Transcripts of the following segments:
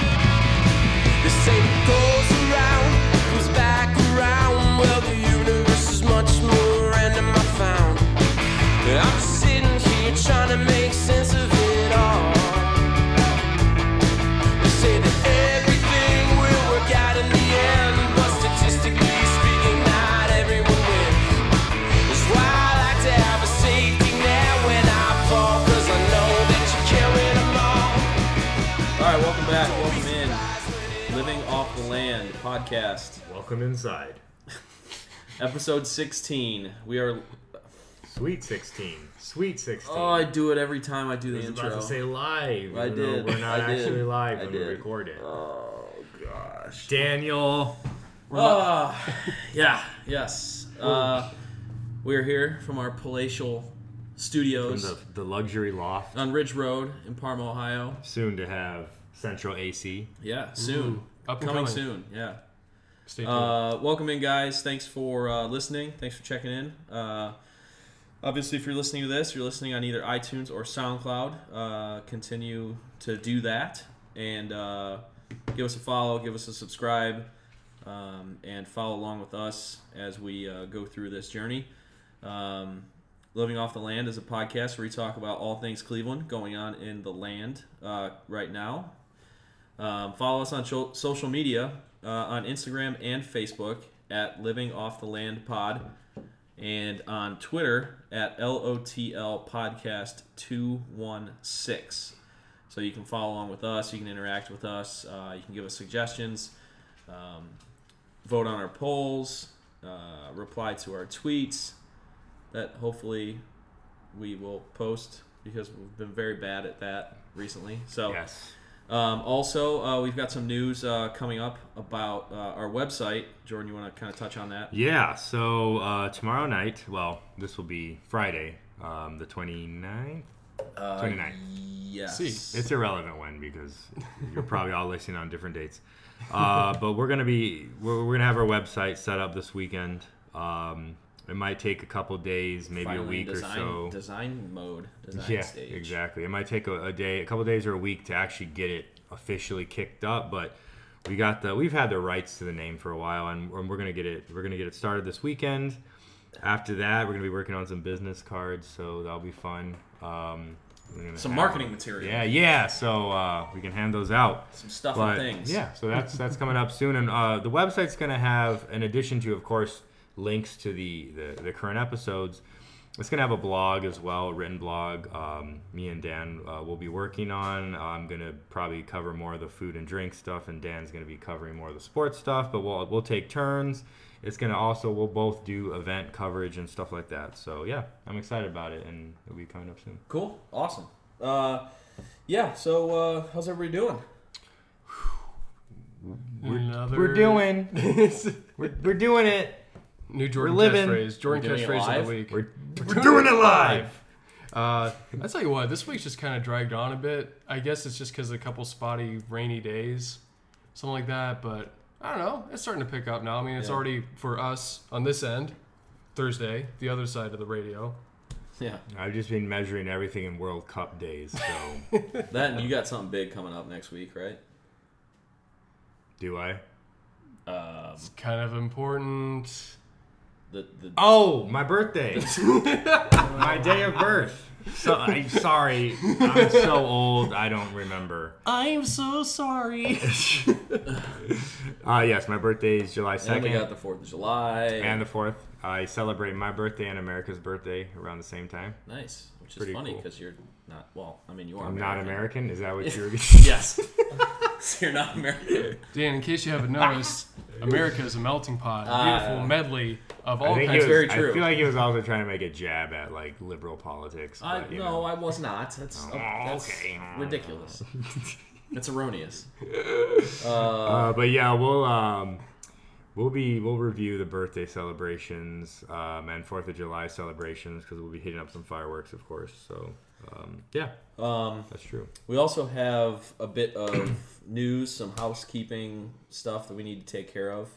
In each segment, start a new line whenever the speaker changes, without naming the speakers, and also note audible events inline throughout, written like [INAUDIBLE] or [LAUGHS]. They say what goes around comes back around. Well, the universe is much more random. I found. And I'm just sitting here trying to make sense of it all. They say that everything will work out in the end, but statistically speaking, not everyone wins. That's why I like to have a safety net when I fall, 'cause I know that you carry them all.
All right, welcome back. Welcome in. Living Off the Land podcast,
Welcome inside.
episode 16. We are.
Sweet 16. Sweet 16.
Oh, I do it every time I do
I
the
was
intro.
about to say live.
I
even though
did.
We're not
[LAUGHS] I did.
actually live
I
when
did.
we record it.
oh, gosh.
Daniel. uh,
Ah, yeah,
[LAUGHS]
yes. Uh, we're here from our palatial
From
studios
the, the luxury loft,
on Ridge Road in Parma, Ohio.
soon to have central AC.
Yeah, soon.
Up and
Coming
coming.
soon, yeah.
Stay tuned.
Uh, welcome in, guys. Thanks for uh, listening. Thanks for checking in. Uh, obviously, if you're listening to this, you're listening on either iTunes or SoundCloud. Uh, continue to do that and uh, give us a follow, give us a subscribe, um, and follow along with us as we uh, go through this journey. Um, Living Off the Land is a podcast where we talk about all things Cleveland going on in the land uh, right now. Um, follow us on sho- social media uh, on Instagram and Facebook at Living Off the Land Pod and on Twitter at LOTL Podcast 216. So you can follow along with us, you can interact with us, uh, you can give us suggestions, um, vote on our polls, uh, reply to our tweets that hopefully we will post because we've been very bad at that recently. So.
Yes.
Um, also, uh, we've got some news uh, coming up about uh, our website. Jordan, you want to kind of touch on that?
Yeah, so uh, tomorrow night, well, this will be Friday, um, the 29th?
Uh,
29th.
Yes.
See,
It's irrelevant when because you're probably all listening on different dates. Uh, [LAUGHS] but we're gonna be we're, we're gonna have our website set up this weekend. Um, it might take a couple days, maybe
Finally,
a week
design,
or so.
Design mode, design
yeah,
stage.
exactly. It might take a, a day, a couple days, or a week to actually get it officially kicked up. But we got the we've had the rights to the name for a while, and, and we're gonna get it. We're gonna get it started this weekend. After that, we're gonna be working on some business cards, so that'll be fun. Um, we're gonna
Some
have-
marketing material.
Yeah, yeah. So uh, we can hand those out.
Some stuff
But,
and things.
Yeah, so that's that's coming up soon, and uh, the website's going to have, in addition to, of course, links to the the, the current episodes. It's going to have a blog as well, a written blog. Um, me and Dan uh, will be working on. I'm going to probably cover more of the food and drink stuff, and Dan's going to be covering more of the sports stuff. But we'll we'll take turns. It's going to also we'll both do event coverage and stuff like that. So yeah, I'm excited about it, and it'll be coming up soon.
Cool. Awesome. Uh, yeah. So, uh, how's everybody doing?
We're,
Another-
we're doing we're, we're doing it.
new Jordan
we're living.
catchphrase. Jordan
We're doing it
catchphrase of
live?
the week.
We're, we're doing it live.
Uh, I tell you what, this week's just kind of dragged on a bit. I guess it's just because of a couple spotty rainy days, something like that. But I don't know. It's starting to pick up now. I mean, it's
Yeah.
already for us on this end, Thursday, the other side of the radio.
Yeah.
I've just been measuring everything in World Cup days, so
That and you got something big coming up next week, right?
do I?
Um,
It's kind of important.
the the
Oh, my birthday. [LAUGHS] my day of birth. So I'm sorry. I'm so old. I don't remember.
I'm
[LAUGHS]
so sorry.
Uh, yes, my birthday is July
and we got
2nd
the Fourth of July.
and the 4th. I celebrate my birthday and America's birthday around the same time.
nice, which is
Pretty
funny
cool.
because you're not. Well, I mean, you are.
I'm not American. Is
[LAUGHS]
that what you're?
Yes. [LAUGHS] so you're not American.
Dan, in case you
[LAUGHS]
haven't noticed, America is a melting pot, a beautiful
Ah.
medley of all
I think
kinds
he was,
of
very
I
true.
feel like he was also trying to make a jab at like liberal politics.
I,
but,
no,
you know.
I was not. That's, um,
Oh,
that's
okay. [LAUGHS]
ridiculous. That's erroneous.
Uh, but yeah, we'll um, We'll be we'll review the birthday celebrations um, and Fourth of July celebrations because we'll be hitting up some fireworks, of course. So um, yeah, um, that's true.
We also have a bit of [COUGHS] news, some housekeeping stuff that we need to take care of.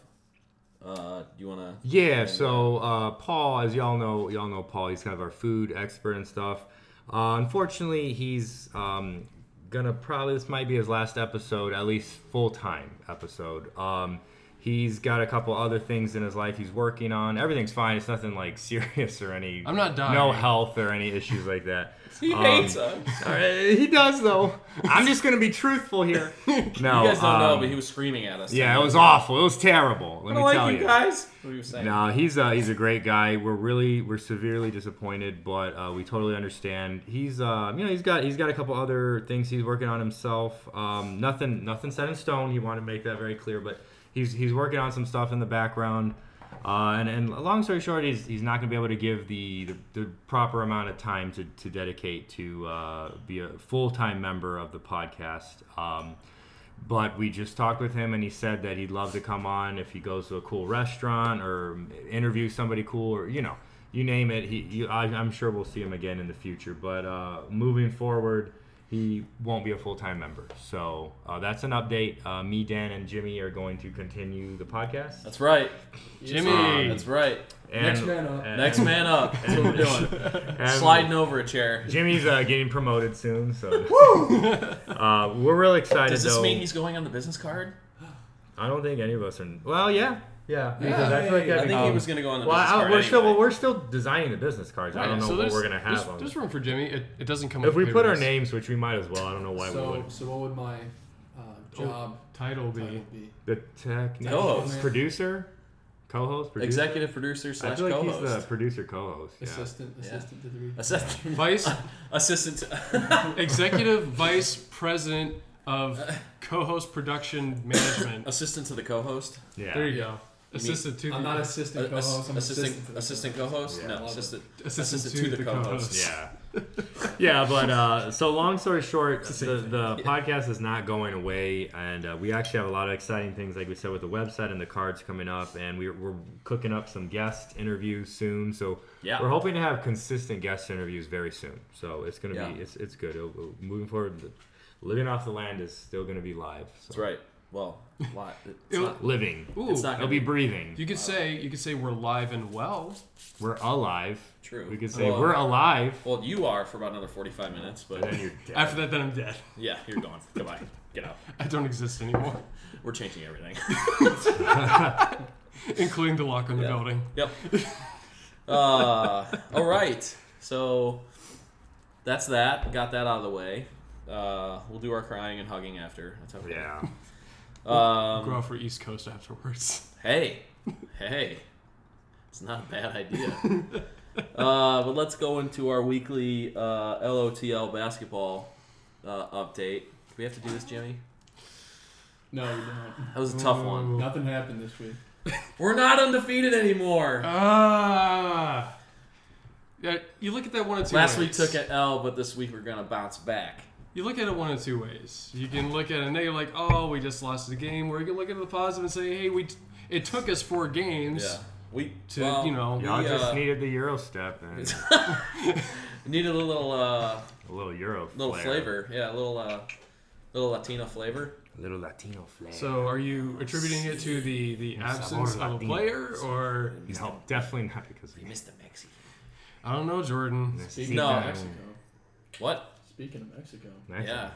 Uh, do you want to?
Yeah, so uh, Paul, as y'all know, y'all know Paul. He's kind of our food expert and stuff. Uh, unfortunately, he's um, gonna probably this might be his last episode, at least full time episode. Um, he's got a couple other things in his life he's working on. Everything's fine. It's nothing like [LAUGHS] serious or any.
I'm not dying.
No health or any issues like that.
[LAUGHS] He
Um,
hates us.
[LAUGHS] All right, he does though. I'm just gonna be truthful here.
[LAUGHS]
No,
You guys don't know,
um,
but he was screaming at us.
yeah, it was awful. It was terrible.
I
Let me
don't like
tell
you
you.
guys. What he was saying.
No, he's a he's a great guy. We're really we're severely disappointed, but uh, we totally understand. He's uh, you know he's got he's got a couple other things he's working on himself. Um, nothing nothing set in stone. He wanted to make that very clear, but he's he's working on some stuff in the background. Uh, and, and long story short, he's, he's not going to be able to give the, the, the proper amount of time to, to dedicate to uh, be a full time member of the podcast. Um, but we just talked with him and he said that he'd love to come on if he goes to a cool restaurant or interview somebody cool or you know you name it he you, I, i'm sure we'll see him again in the future but uh, moving forward he won't be a full-time member so uh, that's an update uh, me dan and jimmy are going to continue the podcast
That's right.
Jimmy.
That's
[LAUGHS]
right.
and,
Next man up.
and-
Next man up. That's what we're
[LAUGHS]
doing.
and-
Sliding over a chair.
jimmy's uh, getting promoted soon so [LAUGHS] uh, we're really excited
Does this
though.
mean he's going on the business card?
i don't think any of us are well yeah yeah, because I, feel like
yeah,
that'd
I
be
think
cool.
he was going to go on the
Well,
business
I,
card.
we're still
anyway.
well, we're still designing the business cards. I don't
Yeah,
know
so
what
there's-
we're gonna
There's,
have on.
there's room for Jimmy. It, it doesn't come. on
If
the
we put our
papers.
names, which we might as well, I don't know why we
so,
would.
so what would my uh, job
title
title
be.
be?
The technician,
Co-host.
producer, co-host, producer.
executive producer
I
slash
feel like
co-host.
he's the producer co-host. Yeah.
Assistant, assistant to the region.
Assistant.
Vice
[LAUGHS] Assistant. to-
Executive Vice President of Co-host Production
[COUGHS]
Management.
Assistant to the co-host.
yeah.
There you go. Assistant to
I'm
the
not assistant
Uh,
co-host.
ass-
I'm assistant.
assistant,
to the
assistant co-host.
Yeah.
No,
Love
assistant.
assistant,
assistant to the
[LAUGHS]
co-host.
Yeah. yeah, but uh, so long story short, the, the podcast is not going away, and uh, we actually have a lot of exciting things, like we said, with the website and the cards coming up, and we're, we're cooking up some guest interviews soon. So
Yeah.
we're hoping to have consistent guest interviews very soon. So it's gonna
Yeah.
be it's it's good. It'll- it'll- moving forward, the- living off the land is still gonna be live. So.
That's right. Well, lot. It's
It-
not,
Living.
Ooh,
It's not-
It'll be breathing.
you could say you could say we're live and well.
We're alive.
True.
We could say
Well-
we're alive.
well, you are for about another forty-five minutes, but
And then you're dead.
After that, then I'm dead.
yeah, you're
[LAUGHS]
gone. Goodbye. Get out.
I don't exist anymore, [LAUGHS]
We're changing everything.
including the lock on the
Yeah.
building.
Yep. Uh, all right. So that's that. Got that out of the way. Uh, we'll do our crying and hugging after. That's okay.
yeah.
[LAUGHS] Um,
Go out for East Coast afterwards.
hey, hey, it's not a bad idea. uh, but let's go into our weekly uh, LOTL basketball uh, update. Do we have to do this, Jimmy?
No, we don't.
That was a tough one.
Nothing happened this week.
We're not undefeated anymore.
Uh, Ah. Yeah, you look at that one of two
Last week
ways.
took an L, but this week we're gonna bounce back.
You look at it one of two ways. You can look at it negative, like, oh, we just lost the game, or you can look at the positive and say, hey, we t- it took us four games
Yeah, we
to,
well,
you know,
Y'all
We,
just
uh,
needed the Euro step and
[LAUGHS] needed a little uh,
a little Euro
[LAUGHS] little
flair.
flavor. Yeah, a little uh, little Latino flavor.
A little Latino flair.
So are you attributing it to the, the absence of a
Latino.
player, or
no, definitely not because of
You missed the Mexican.
I don't know, Jordan?
Speaking
No.
of Oh, Mexico.
What?
Speaking of Mexico.
Next-
Yeah,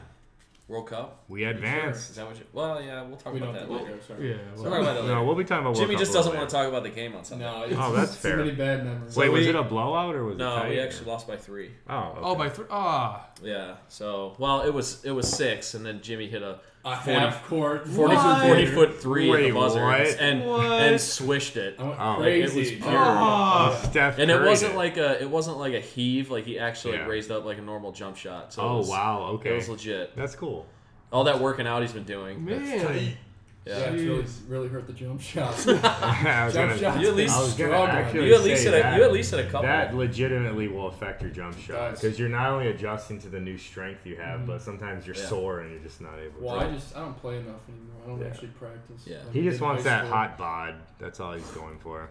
World Cup.
We
Is
advanced.
that what? You, well, yeah, we'll talk
We
about
don't
that
do it
later.
there, sorry.
Yeah.
We'll
Well,
talk about that later.
No, we'll be talking about World
Jimmy
Cup
just
a little
doesn't want to
later.
talk about the game on Sunday.
No, it's,
Oh, that's
too
fair.
many bad memories.
Wait,
So
was
we-
it a blowout or was it?
No,
tight?
we actually lost by three.
Oh, okay.
Oh, by three. Ah.
Yeah. So, well, it was it was six, and then Jimmy hit a
a
40
half court.
40,
What?
40 foot three at
Wait,
the buzzer
what?
and and swished it.
I went
Oh, like,
it was
crazy.
pure-
Oh, Steph
And it
Curry
wasn't
did.
like a it wasn't like a heave. Like he actually like
Yeah.
raised up like a normal jump shot. So it
Oh
was,
wow.
It
Okay.
was legit.
That's cool.
All that working out he's been doing.
Man.
Yeah,
Yeah.
it's really,
Jeez.
really hurt the jump shot.
Oh, [LAUGHS] I was
jump
gonna-
shot's
You at
been
least-
I was gonna
struggling.
actually
You at least
say
had a,
that.
you at least had a couple.
That legitimately will affect your jump shot
does. Mm-hmm.
because you're not only adjusting to the new strength you have, but sometimes you're
Yeah.
sore and you're just not able.
Well,
to.
I just I don't play enough anymore. I don't
Yeah.
actually practice.
Yeah.
Like I
he
did
just
in
wants
high
that
school.
hot bod. That's all he's going for.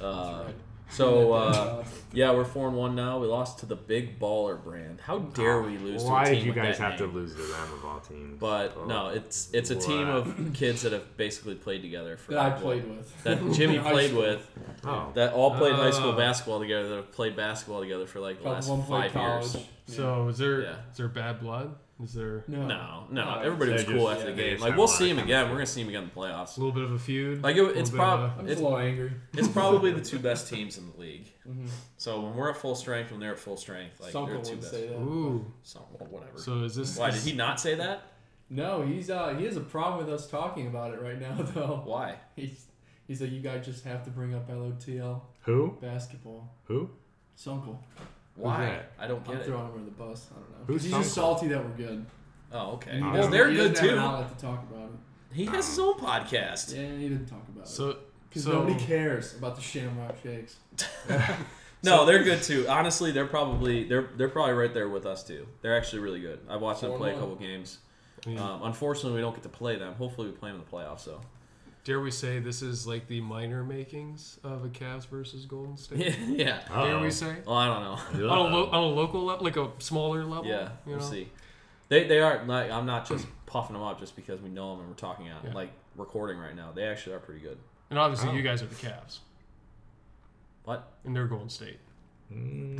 Uh,
Right.
So uh,
That damn shot.
yeah, we're four and one now. We lost to the Big Baller brand. How dare we lose?
Why
to a team
did you
with
guys
that
have
name?
to lose to them of all teams? Oh.
But no, it's it's a team
Wow.
of kids that have basically played together for
that I played with.
that Jimmy
[LAUGHS] In high
played
school.
with
oh,
that all played high school
Ah.
basketball together that have played basketball together for like the
Probably
last
one
five
played college.
years.
So is there
Yeah.
is there bad blood? Is there
No.
No, no,
No,
everybody was
they're
cool
just-
after the
they
game.
just
Like
have
we'll
a lot
see
of
him again.
chemistry.
We're gonna see him again in the playoffs.
a little bit of a feud?
Like it,
A
it's
little bit of
prob-
I'm just
it's,
a little angry.
it's probably the two best teams in the league.
Mhm.
So when we're at full strength, when they're at full strength, like
Some
they're
people
two
would
best.
say that.
a- Ooh.
So well, whatever.
So is this?
Why did
is-
he not say that?
No, he's uh he has a problem with us talking about it right now [LAUGHS] though.
Why?
He's he's like you guys just have to bring up LOTL
who?
basketball.
Who?
Sunkel.
Why?
that?
I don't
I'm
get it.
throwing him under the bus. I don't know.
Who's
Because he's just
Sunkel?
salty that we're good.
Oh, okay.
And he
Well,
Well,
doesn't-
they're
he
good
doesn't have an
too.
outlet to talk about it.
He has his own podcast.
Yeah, he didn't talk about it.
So
Because
so-
nobody cares about the Shamrock Shakes.
No, they're good too. Honestly, they're probably they're they're probably right there with us too. They're actually really good. I've watched them
Four
play a
one.
couple games.
Yeah.
Um, unfortunately, we don't get to play them. Hopefully, we play them in the playoffs. So
dare we say this is like the minor makings of a Cavs versus Golden State?
[LAUGHS] yeah.
Dare
Uh-oh. [LAUGHS]
we say?
Well, I don't know.
on a, lo- on a local level, like a smaller level.
Yeah,
you
we'll
know?
see. They they are like I'm not just [CLEARS THROAT] puffing them up just because we know them and we're talking out
Yeah.
like recording right now. They actually are pretty good.
And obviously,
Oh.
you guys are the Cavs,
What
and they're Golden State,
the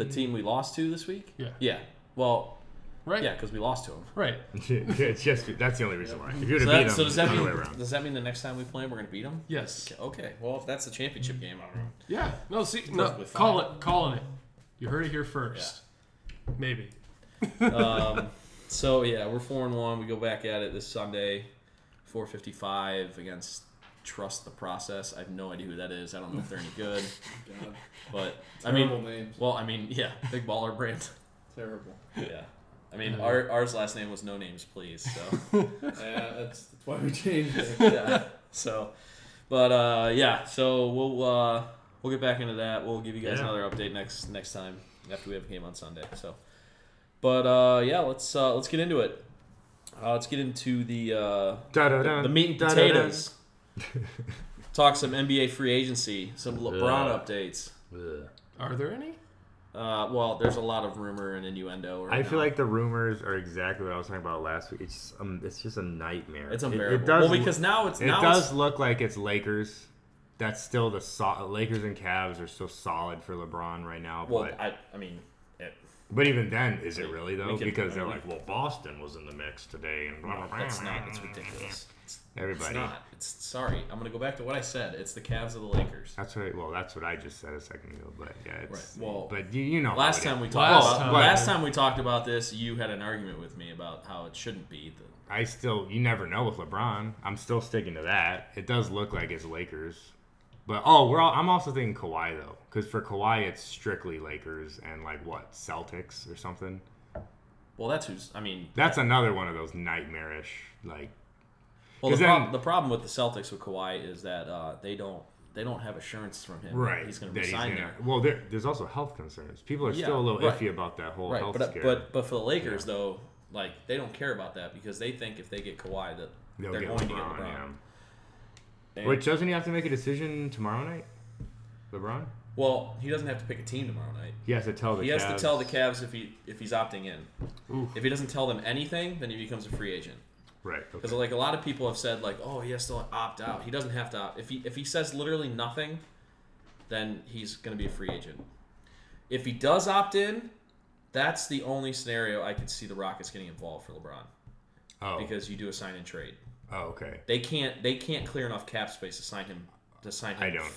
Mm.
team we lost to this week?
Yeah.
Yeah. Well,
right?
yeah, because we lost to them.
Right.
it's just that's the only reason why. If you
So,
would have
that-
beat them,
so does that
other
mean
way around.
does that mean the next time we play them we're gonna beat them?
Yes.
Okay. Well, if that's the championship game, I don't know.
Yeah. No. See. No.
Perfectly
Call it. Calling it. You heard it here first. Maybe.
um, so yeah, we're four and one. We go back at it this Sunday, four fifty five against Trust the Process. I have no idea who that is. I don't know if they're any good,
God.
but I mean,
Terrible names.
well, I mean, yeah, big baller brand.
Terrible.
Yeah, [LAUGHS] I mean, our, ours last name was No Names Please. So
Yeah, that's, that's why we changed it.
yeah, [LAUGHS] so, but uh, yeah, so we'll uh, we'll get back into that. We'll give you guys
Yeah.
another update next next time after we have a game on Sunday. So, but uh, yeah, let's uh, let's get into it. Uh, let's get into the uh, the,
Da-da-da,
the meat and
da-da-da.
potatoes. Talk some NBA free agency, some LeBron
Ugh.
updates.
Ugh.
Are there any?
Uh, well, there's a lot of rumor and innuendo. Right
I feel
now.
like the rumors are exactly what I was talking about last week. It's just, um, it's just a nightmare.
it's
It-
unbearable.
It, does,
well, because now it's
it
now
does
it's-
look like it's Lakers. That's still the so- Lakers and Cavs are still solid for LeBron right now.
well,
but,
I, I mean, it,
but even then, is it really though?
can-
because they're
I mean,
like, well, Boston was in the mix today, and blah, blah, blah,
that's not.
blah,
That's
blah, blah.
ridiculous.
Everybody.
It's not. It's sorry. I'm gonna go back to what I said. It's the Cavs of the Lakers.
That's right. Well, that's what I just said a second ago. But yeah, it's,
Right. Well,
but you, you know, how
Last
it
time
is.
we talked
Last
about
time.
last time we talked about this, you had an argument with me about how it shouldn't be. The,
I still, you never know with LeBron. I'm still sticking to that. It does look like it's Lakers, but oh, we're all. I'm also thinking Kawhi though, because for Kawhi it's strictly Lakers and like what Celtics or something.
well, that's who's. I mean,
That's another one of those nightmarish like.
well, the,
'Cause then-
prob- the problem with the Celtics with Kawhi is that uh, they don't they don't have assurance from him. that
Right.
He's gonna
that he's
resign
gonna-
there.
Well, there, there's also health concerns. People are
Yeah,
still a little
right.
iffy about that whole
Right.
health
But
scare.
but but for the Lakers though, like they don't care about that because they think if they get Kawhi that
They'll
they're
get
going to get
LeBron,
LeBron.
yeah.
And-
Which uh, doesn't he have to make a decision tomorrow night? LeBron.
Well, he doesn't have to pick a team tomorrow night.
He has to tell the.
He has
Cavs-
to tell the Cavs if he if he's opting in.
Oof.
If he doesn't tell them anything, then he becomes a free agent.
Right.
Because
Okay.
like a lot of people have said, like, oh, he has to opt out. He doesn't have to opt. If he if he says literally nothing, then he's gonna be a free agent. If he does opt in, that's the only scenario I could see the Rockets getting involved for LeBron
Oh.
because you do a sign and trade.
oh. Okay.
They can't they can't clear enough cap space to sign him to sign him.
I don't.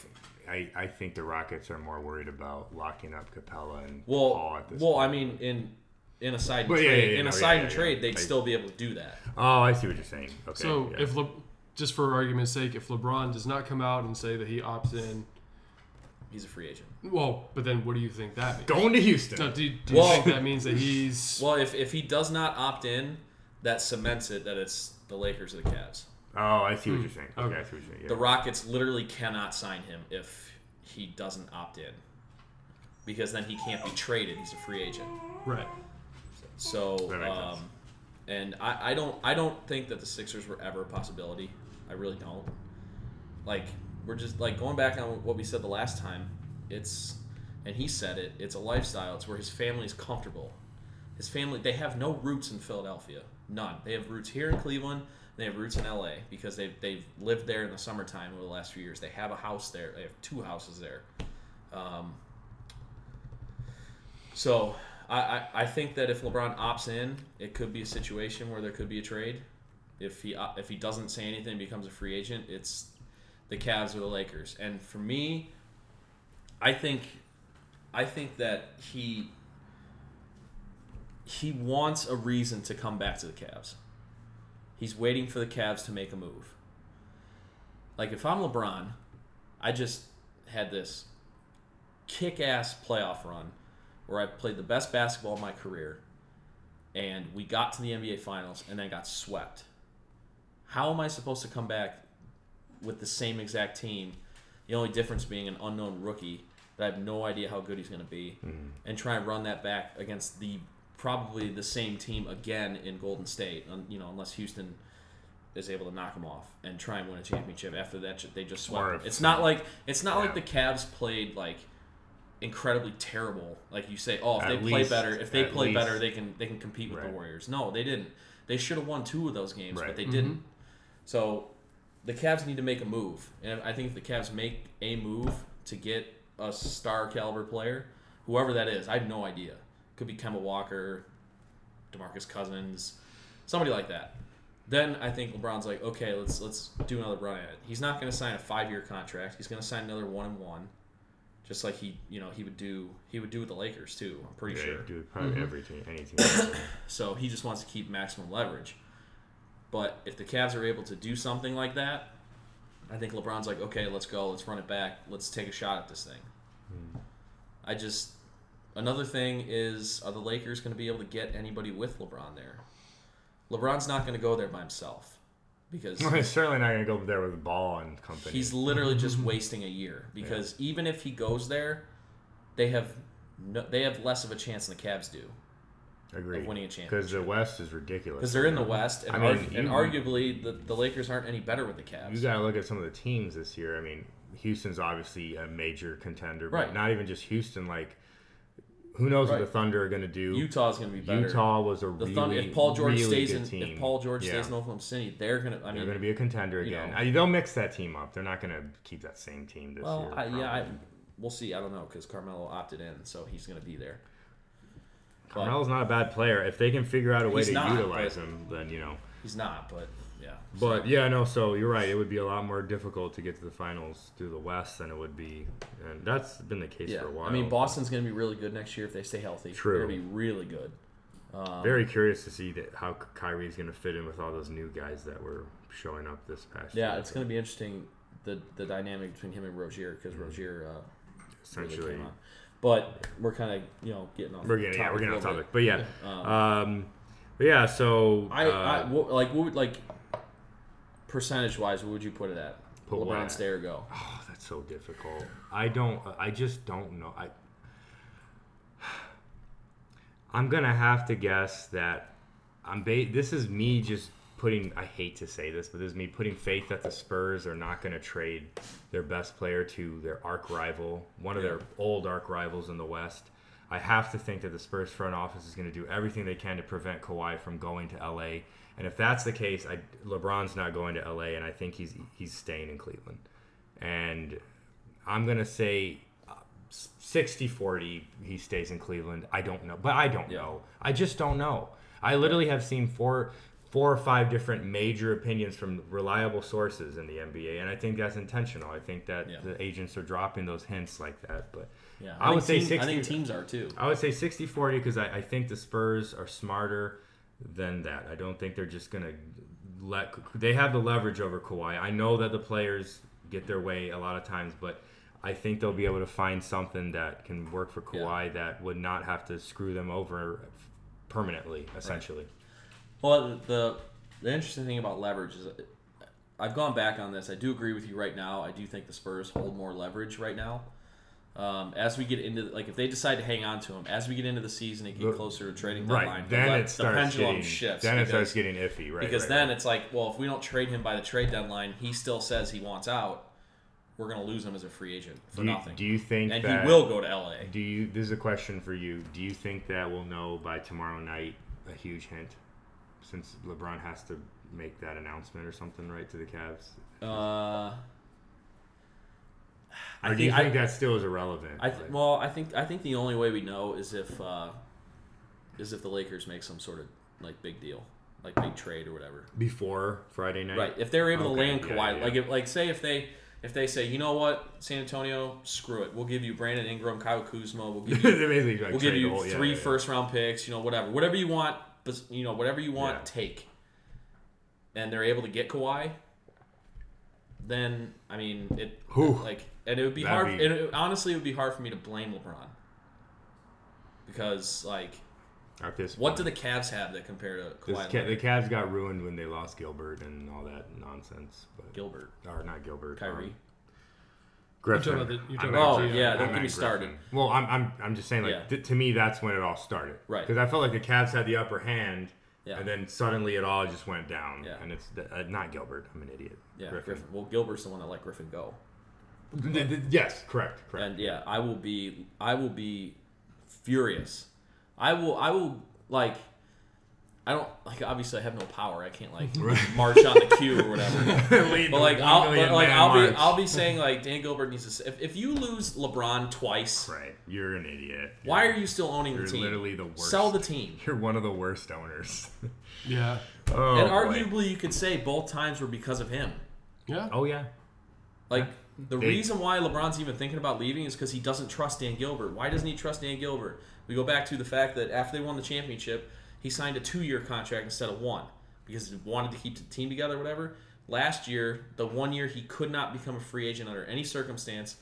I, I think the Rockets are more worried about locking up Capella and
Well,
Paul at this
well,
point.
I mean in. In a side and
Well,
trade,
yeah, yeah, yeah,
in a
no,
side
yeah,
and
yeah,
trade,
yeah.
they'd
I-
still be able to do that.
Oh, I see what you're saying. Okay.
So
yeah.
if Le- just for argument's sake, if LeBron does not come out and say that he opts in,
He's a free agent.
well, but then what do you think that means?
Going to Houston.
So do, do you
Well-
think that means that he's
[LAUGHS] Well, if, if he does not opt in, that cements it that it's the Lakers or the Cavs.
Oh, I
Hmm.
see what you're saying. Okay, I see what you're saying.
The
Yeah.
Rockets literally cannot sign him if he doesn't opt in, because then he can't be traded. He's a free agent.
Right.
So,
That makes sense.
um, and I, I don't I don't think that the Sixers were ever a possibility. I really don't. Like we're just like going back on what we said the last time. It's and he said it. It's a lifestyle. It's where his family is comfortable. His family they have no roots in Philadelphia. None. They have roots here in Cleveland. and They have roots in LA because they've, they've lived there in the summertime over the last few years. They have a house there. They have two houses there. Um, so I, I, I think that if LeBron opts in, it could be a situation where there could be a trade. If he op- if he doesn't say anything, becomes a free agent, it's the Cavs or the Lakers. And for me, I think I think that he he wants a reason to come back to the Cavs. He's waiting for the Cavs to make a move. Like if I'm LeBron, I just had this kick-ass playoff run where I played the best basketball of my career, and we got to the NBA Finals and then got swept. How am I supposed to come back with the same exact team? The only difference being an unknown rookie that I have no idea how good he's going to be,
Mm-hmm.
and try and run that back against the probably the same team again in Golden State, un- you know, unless Houston is able to knock them off and try and win a championship after that j- they just
Or
swept. 'em.
if-
It's not like it's not like
Yeah.
the Cavs played like incredibly terrible. Like you say, oh, if
At
they play
least-
better, if they
at
play
least.
better, they can they can compete with
Right.
the Warriors. No, they didn't. They should have won two of those games,
Right.
but they didn't. So the Cavs need to make a move, and I think if the Cavs make a move to get a star caliber player, whoever that is, I have no idea. Could be Kemba Walker, DeMarcus Cousins, somebody like that. Then I think LeBron's like, okay, let's let's do another run at it. He's not going to sign a five year contract. He's going to sign another one and one, just like he you know he would do he would do with the Lakers too. I'm pretty
Yeah,
sure.
you do probably
Mm-hmm.
every team, any team. [LAUGHS]
So he just wants to keep maximum leverage. But if the Cavs are able to do something like that, I think LeBron's like, okay, let's go, let's run it back, let's take a shot at this thing. I just another thing is are the Lakers going to be able to get anybody with LeBron there? LeBron's not going to go there by himself
[LAUGHS]
because
We're certainly not gonna go up there with Ball and company.
He's literally just wasting a year because even if he goes there, they have no, they have less of a chance than the Cavs do
Agreed.
of winning a
because the West is ridiculous.
because they're in the West and,
I mean,
arg- and
you-
arguably the, the Lakers aren't any better with the
You
Cavs.
got to look at some of the teams this year. I mean, Houston's obviously a major contender, but
Right.
not even just Houston. Like, who knows
Right.
what the Thunder are going to do?
Utah's going to be better.
Utah was a
the
really,
Thunder, if Paul George
really
stays
good
in
team.
if Paul George
Yeah.
stays in Oklahoma City, they're going to. I
they're
mean,
going to be a contender
you
again.
know.
I, they'll mix that team up. They're not going to keep that same team this
well,
year.
I, yeah, I,
probably.
we'll see. I don't know because Carmelo opted in, so he's going to be there. But
Carmelo's not a bad player. If they can figure out a way
He's
to
not,
utilize
but-
him, then you know.
he's not, but yeah.
But yeah, no. So you're right. It would be a lot more difficult to get to the finals through the West than it would be, and that's been the case
Yeah,
for a while.
I mean Boston's going to be really good next year if they stay healthy.
True.
they're going to be really good.
Very curious to see that how Kyrie's going to fit in with all those new guys that were showing up this past year.
Yeah, it's going to be interesting the the dynamic between him and Rozier because
Mm-hmm.
Rozier uh, really
essentially.
came on. But we're kind of you know getting off.
we're getting yeah,
topic
we're
a
getting off
little bit.
topic, but yeah, um, but yeah. So
I, I
uh,
what, like what would like percentage wise, what would you put it at?
Put
LeBron
what at?
stay or go?
oh, that's so difficult. I don't. I just don't know. I I'm gonna have to guess that I'm. Ba- this is me just putting. I hate to say this, but this is me putting faith that the Spurs are not gonna trade their best player to their arch rival, one of their old arch rivals in the West. I have to think that the Spurs front office is gonna do everything they can to prevent Kawhi from going to LA. And if that's the case, I, LeBron's not going to LA, and I think he's he's staying in Cleveland. And I'm gonna say 60 40 he stays in cleveland i don't know but i don't know i just don't know i literally have seen four four or five different major opinions from reliable sources in the nba and i think that's intentional i think that
Yeah.
the agents are dropping those hints like that but
Yeah,
I would say
think team- I think
60.
teams are too.
I would say 60 40 because I, I think the Spurs are smarter than that. I don't think they're just going to let. They have the leverage over Kawhi. I know that the players get their way a lot of times, but I think they'll be able to find something that can work for Kawhi that would not have to screw them over permanently, essentially.
Well, the the interesting thing about leverage is, I've gone back on this. I do agree with you right now. I do think the Spurs hold more leverage right now. Um, as we get into like if they decide to hang on to him, as we get into the season and get
Look,
closer to trading deadline,
Right.
the
Then
le-
it starts
the pendulum
getting,
shifts.
Then it
because,
starts getting iffy, right?
because
right,
then
right.
it's like, well, if we don't trade him by the trade deadline, he still says he wants out. We're gonna lose him as a free agent for
do you,
nothing,
do you think
and
that
he will go to LA.
Do you? This is a question for you. Do you think that we'll know by tomorrow night a huge hint, since LeBron has to make that announcement or something, right, to the Cavs?
Uh,
Or
I
do you
think-
think
I-
that still is irrelevant?
I th-
Like,
well, I think I think the only way we know is if uh, is if the Lakers make some sort of like big deal, like big trade or whatever.
before Friday night, [LAUGHS]
Right. If they're able to
Okay,
land
yeah,
Kawhi,
yeah.
like if, like say if they if they say, you know what, San Antonio, screw it, we'll give you Brandon Ingram, Kyle Kuzma, we'll give
They're
you
basically like
we'll give
trade
you
the whole- yeah,
three
yeah, yeah.
first round picks, you know, whatever, whatever you want, bes- you know, whatever you want,
Yeah.
take. And they're able to get Kawhi. Then I mean it,
Whew.
like, and it would be
That'd
hard.
be-
and it, honestly, it would be hard for me to blame LeBron because like,
At this
what do
point.
the Cavs have that compare to
This
Kawhi
Ca- the
Leonard?
Cavs got ruined when they lost Gilbert and all that nonsense, but
Gilbert,
or not Gilbert,
Kyrie?
um, Griffin.
talking about the- you're
I
talking
meant-
about
Oh
Yeah.
yeah,
I
don't get
meant
me started.
Griffin. Well, I'm, I'm, I'm just saying, like,
Yeah.
th- to me, that's when it all started.
Right.
Because I felt like the Cavs had the upper hand,
Yeah.
and then suddenly it all just went down.
Yeah.
And it's th- uh, not Gilbert. I'm an idiot.
Yeah, Griffin. Well, Gilbert's the one that let Griffin go,
[LAUGHS] Th- th- yes, correct, correct.
and yeah, I will be, I will be furious. I will, I will like, I don't like. Obviously, I have no power. I can't like march on the queue
[LAUGHS]
or whatever.
Lead
But
the
like, I'll,
million
but, like,
man
I'll be,
march. [LAUGHS]
I'll be saying like, Dan Gilbert needs to. s- If, if you lose LeBron twice,
Right. You're an idiot.
why are you still owning
You're
the team?
literally the worst.
Sell the team.
You're one of the worst owners. [LAUGHS]
Yeah.
oh,
and
boy.
arguably, you could say both times were because of him.
Yeah.
Oh yeah.
Like the
They-
reason why LeBron's even thinking about leaving is because he doesn't trust Dan Gilbert. Why doesn't he trust Dan Gilbert? We go back to the fact that after they won the championship, he signed a two-year contract instead of one because he wanted to keep the team together, or whatever. Last year, the one year he could not become a free agent under any circumstance,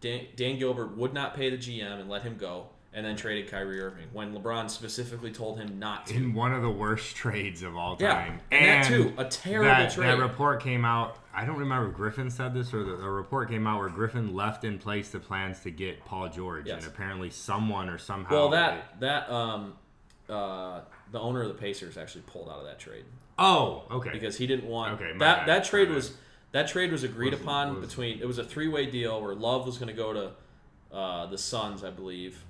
Dan, Dan Gilbert would not pay the GM and let him go, and then traded Kyrie Irving when LeBron specifically told him not to.
In one of the worst trades of all
Yeah,
time.
and that too, a terrible
that,
trade.
That report came out. I don't remember if Griffin said this or the, the report came out where Griffin left in place the plans to get Paul George,
Yes.
and apparently someone or somehow.
well, that that um, uh, the owner of the Pacers actually pulled out of that trade.
oh, okay.
because he didn't want
Okay, my
that.
bad,
That
my
trade
bad.
was that trade was agreed
Was-
upon
was-
between. It was a three way deal where Love was going to go to uh, the Suns, I believe.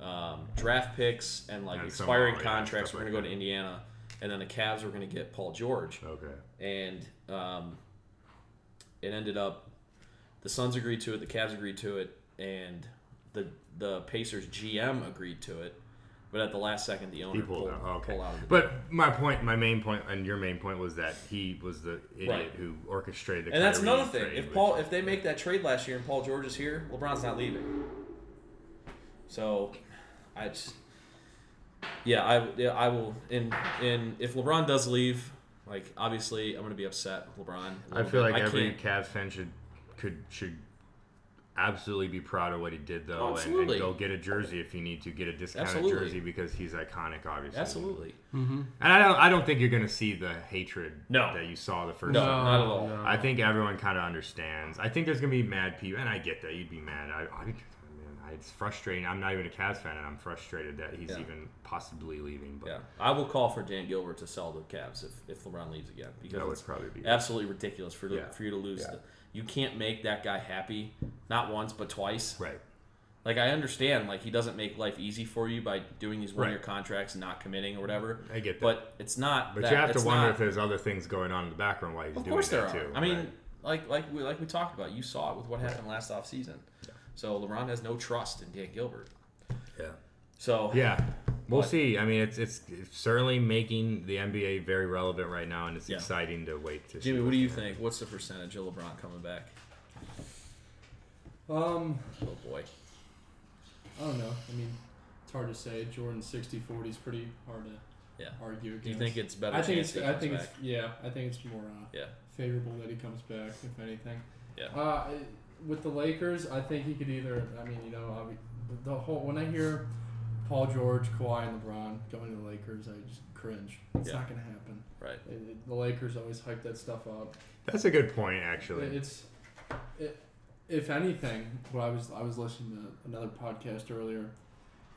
Um, draft picks and like
And some-
expiring
oh, yeah,
contracts
stuff
were going
like
to go
that.
to Indiana, and then the Cavs were going to get Paul George,
okay.
and um, it ended up the Suns agreed to it, the Cavs agreed to it, and the the Pacers GM agreed to it. But at the last second, the owner
He
pulled,
pulled out. oh, okay.
pulled out of the deal.
but my point, my main point, and your main point was that he was the idiot
Right.
who orchestrated the.
And that's
Kyrie
another thing.
trade,
If
which-
Paul, if they make that trade last year and Paul George is here, LeBron's not leaving. So, I just, yeah, I, yeah, I will. In, in, if LeBron does leave, like obviously, I'm gonna be upset with LeBron. a
I
little
feel
bit.
like every
can't-
Cavs fan should could should absolutely be proud of what he did
Oh,
though, and, and
absolutely.
go get a jersey if you need to get a discounted
Absolutely.
jersey because he's iconic, obviously.
Absolutely.
And I don't I don't think you're gonna see the hatred
No.
that you saw the first.
No,
time.
not at all.
no.
I think everyone kind of understands. I think there's gonna be mad people, and I get that you'd be mad. I, I man, I- it's frustrating. I'm not even a Cavs fan, and I'm frustrated that he's
Yeah.
even possibly leaving. But
Yeah, I will call for Dan Gilbert to sell the Cavs if, if LeBron leaves again because
That would
it's
probably be-
absolutely ridiculous for
Yeah.
for you to lose.
Yeah.
The, you can't make that guy happy, not once but twice.
right.
Like I understand, like he doesn't make life easy for you by doing these one year
Right.
contracts and not committing or whatever.
I get that.
But it's not.
But
that-
you have to
it's
wonder
not-
if there's other things going on in the background while he's
Of
doing
course there
that
are.
too.
I mean,
right?
like like we like we talked about. You saw it with what happened last off season. So LeBron has no trust in Dan Gilbert.
yeah.
So
Yeah, we'll
But-
see. I mean, it's, it's it's certainly making the NBA very relevant right now, and it's
Yeah.
exciting to wait to.
Jimmy,
see
what do you
what's
think? What's the percentage of LeBron coming back?
Um,
Oh boy.
I don't know. I mean, it's hard to say. Jordan 60-40 is pretty hard to
Yeah.
argue against.
Do you think it's better?
I think it's.
chance he
I
comes
think
back?
it's. Yeah, I think it's more uh,
Yeah.
favorable that he comes back, if anything.
Yeah.
Uh, I- with the Lakers, I think he could either. I mean, you know, obvi- the whole when I hear Paul George, Kawhi, and LeBron going to the Lakers, I just cringe. It's
Yeah.
not going to happen.
Right.
It, it- the Lakers always hype that stuff up.
That's a good point,
It-
actually.
It's, it, if anything, what I was I was listening to another podcast earlier,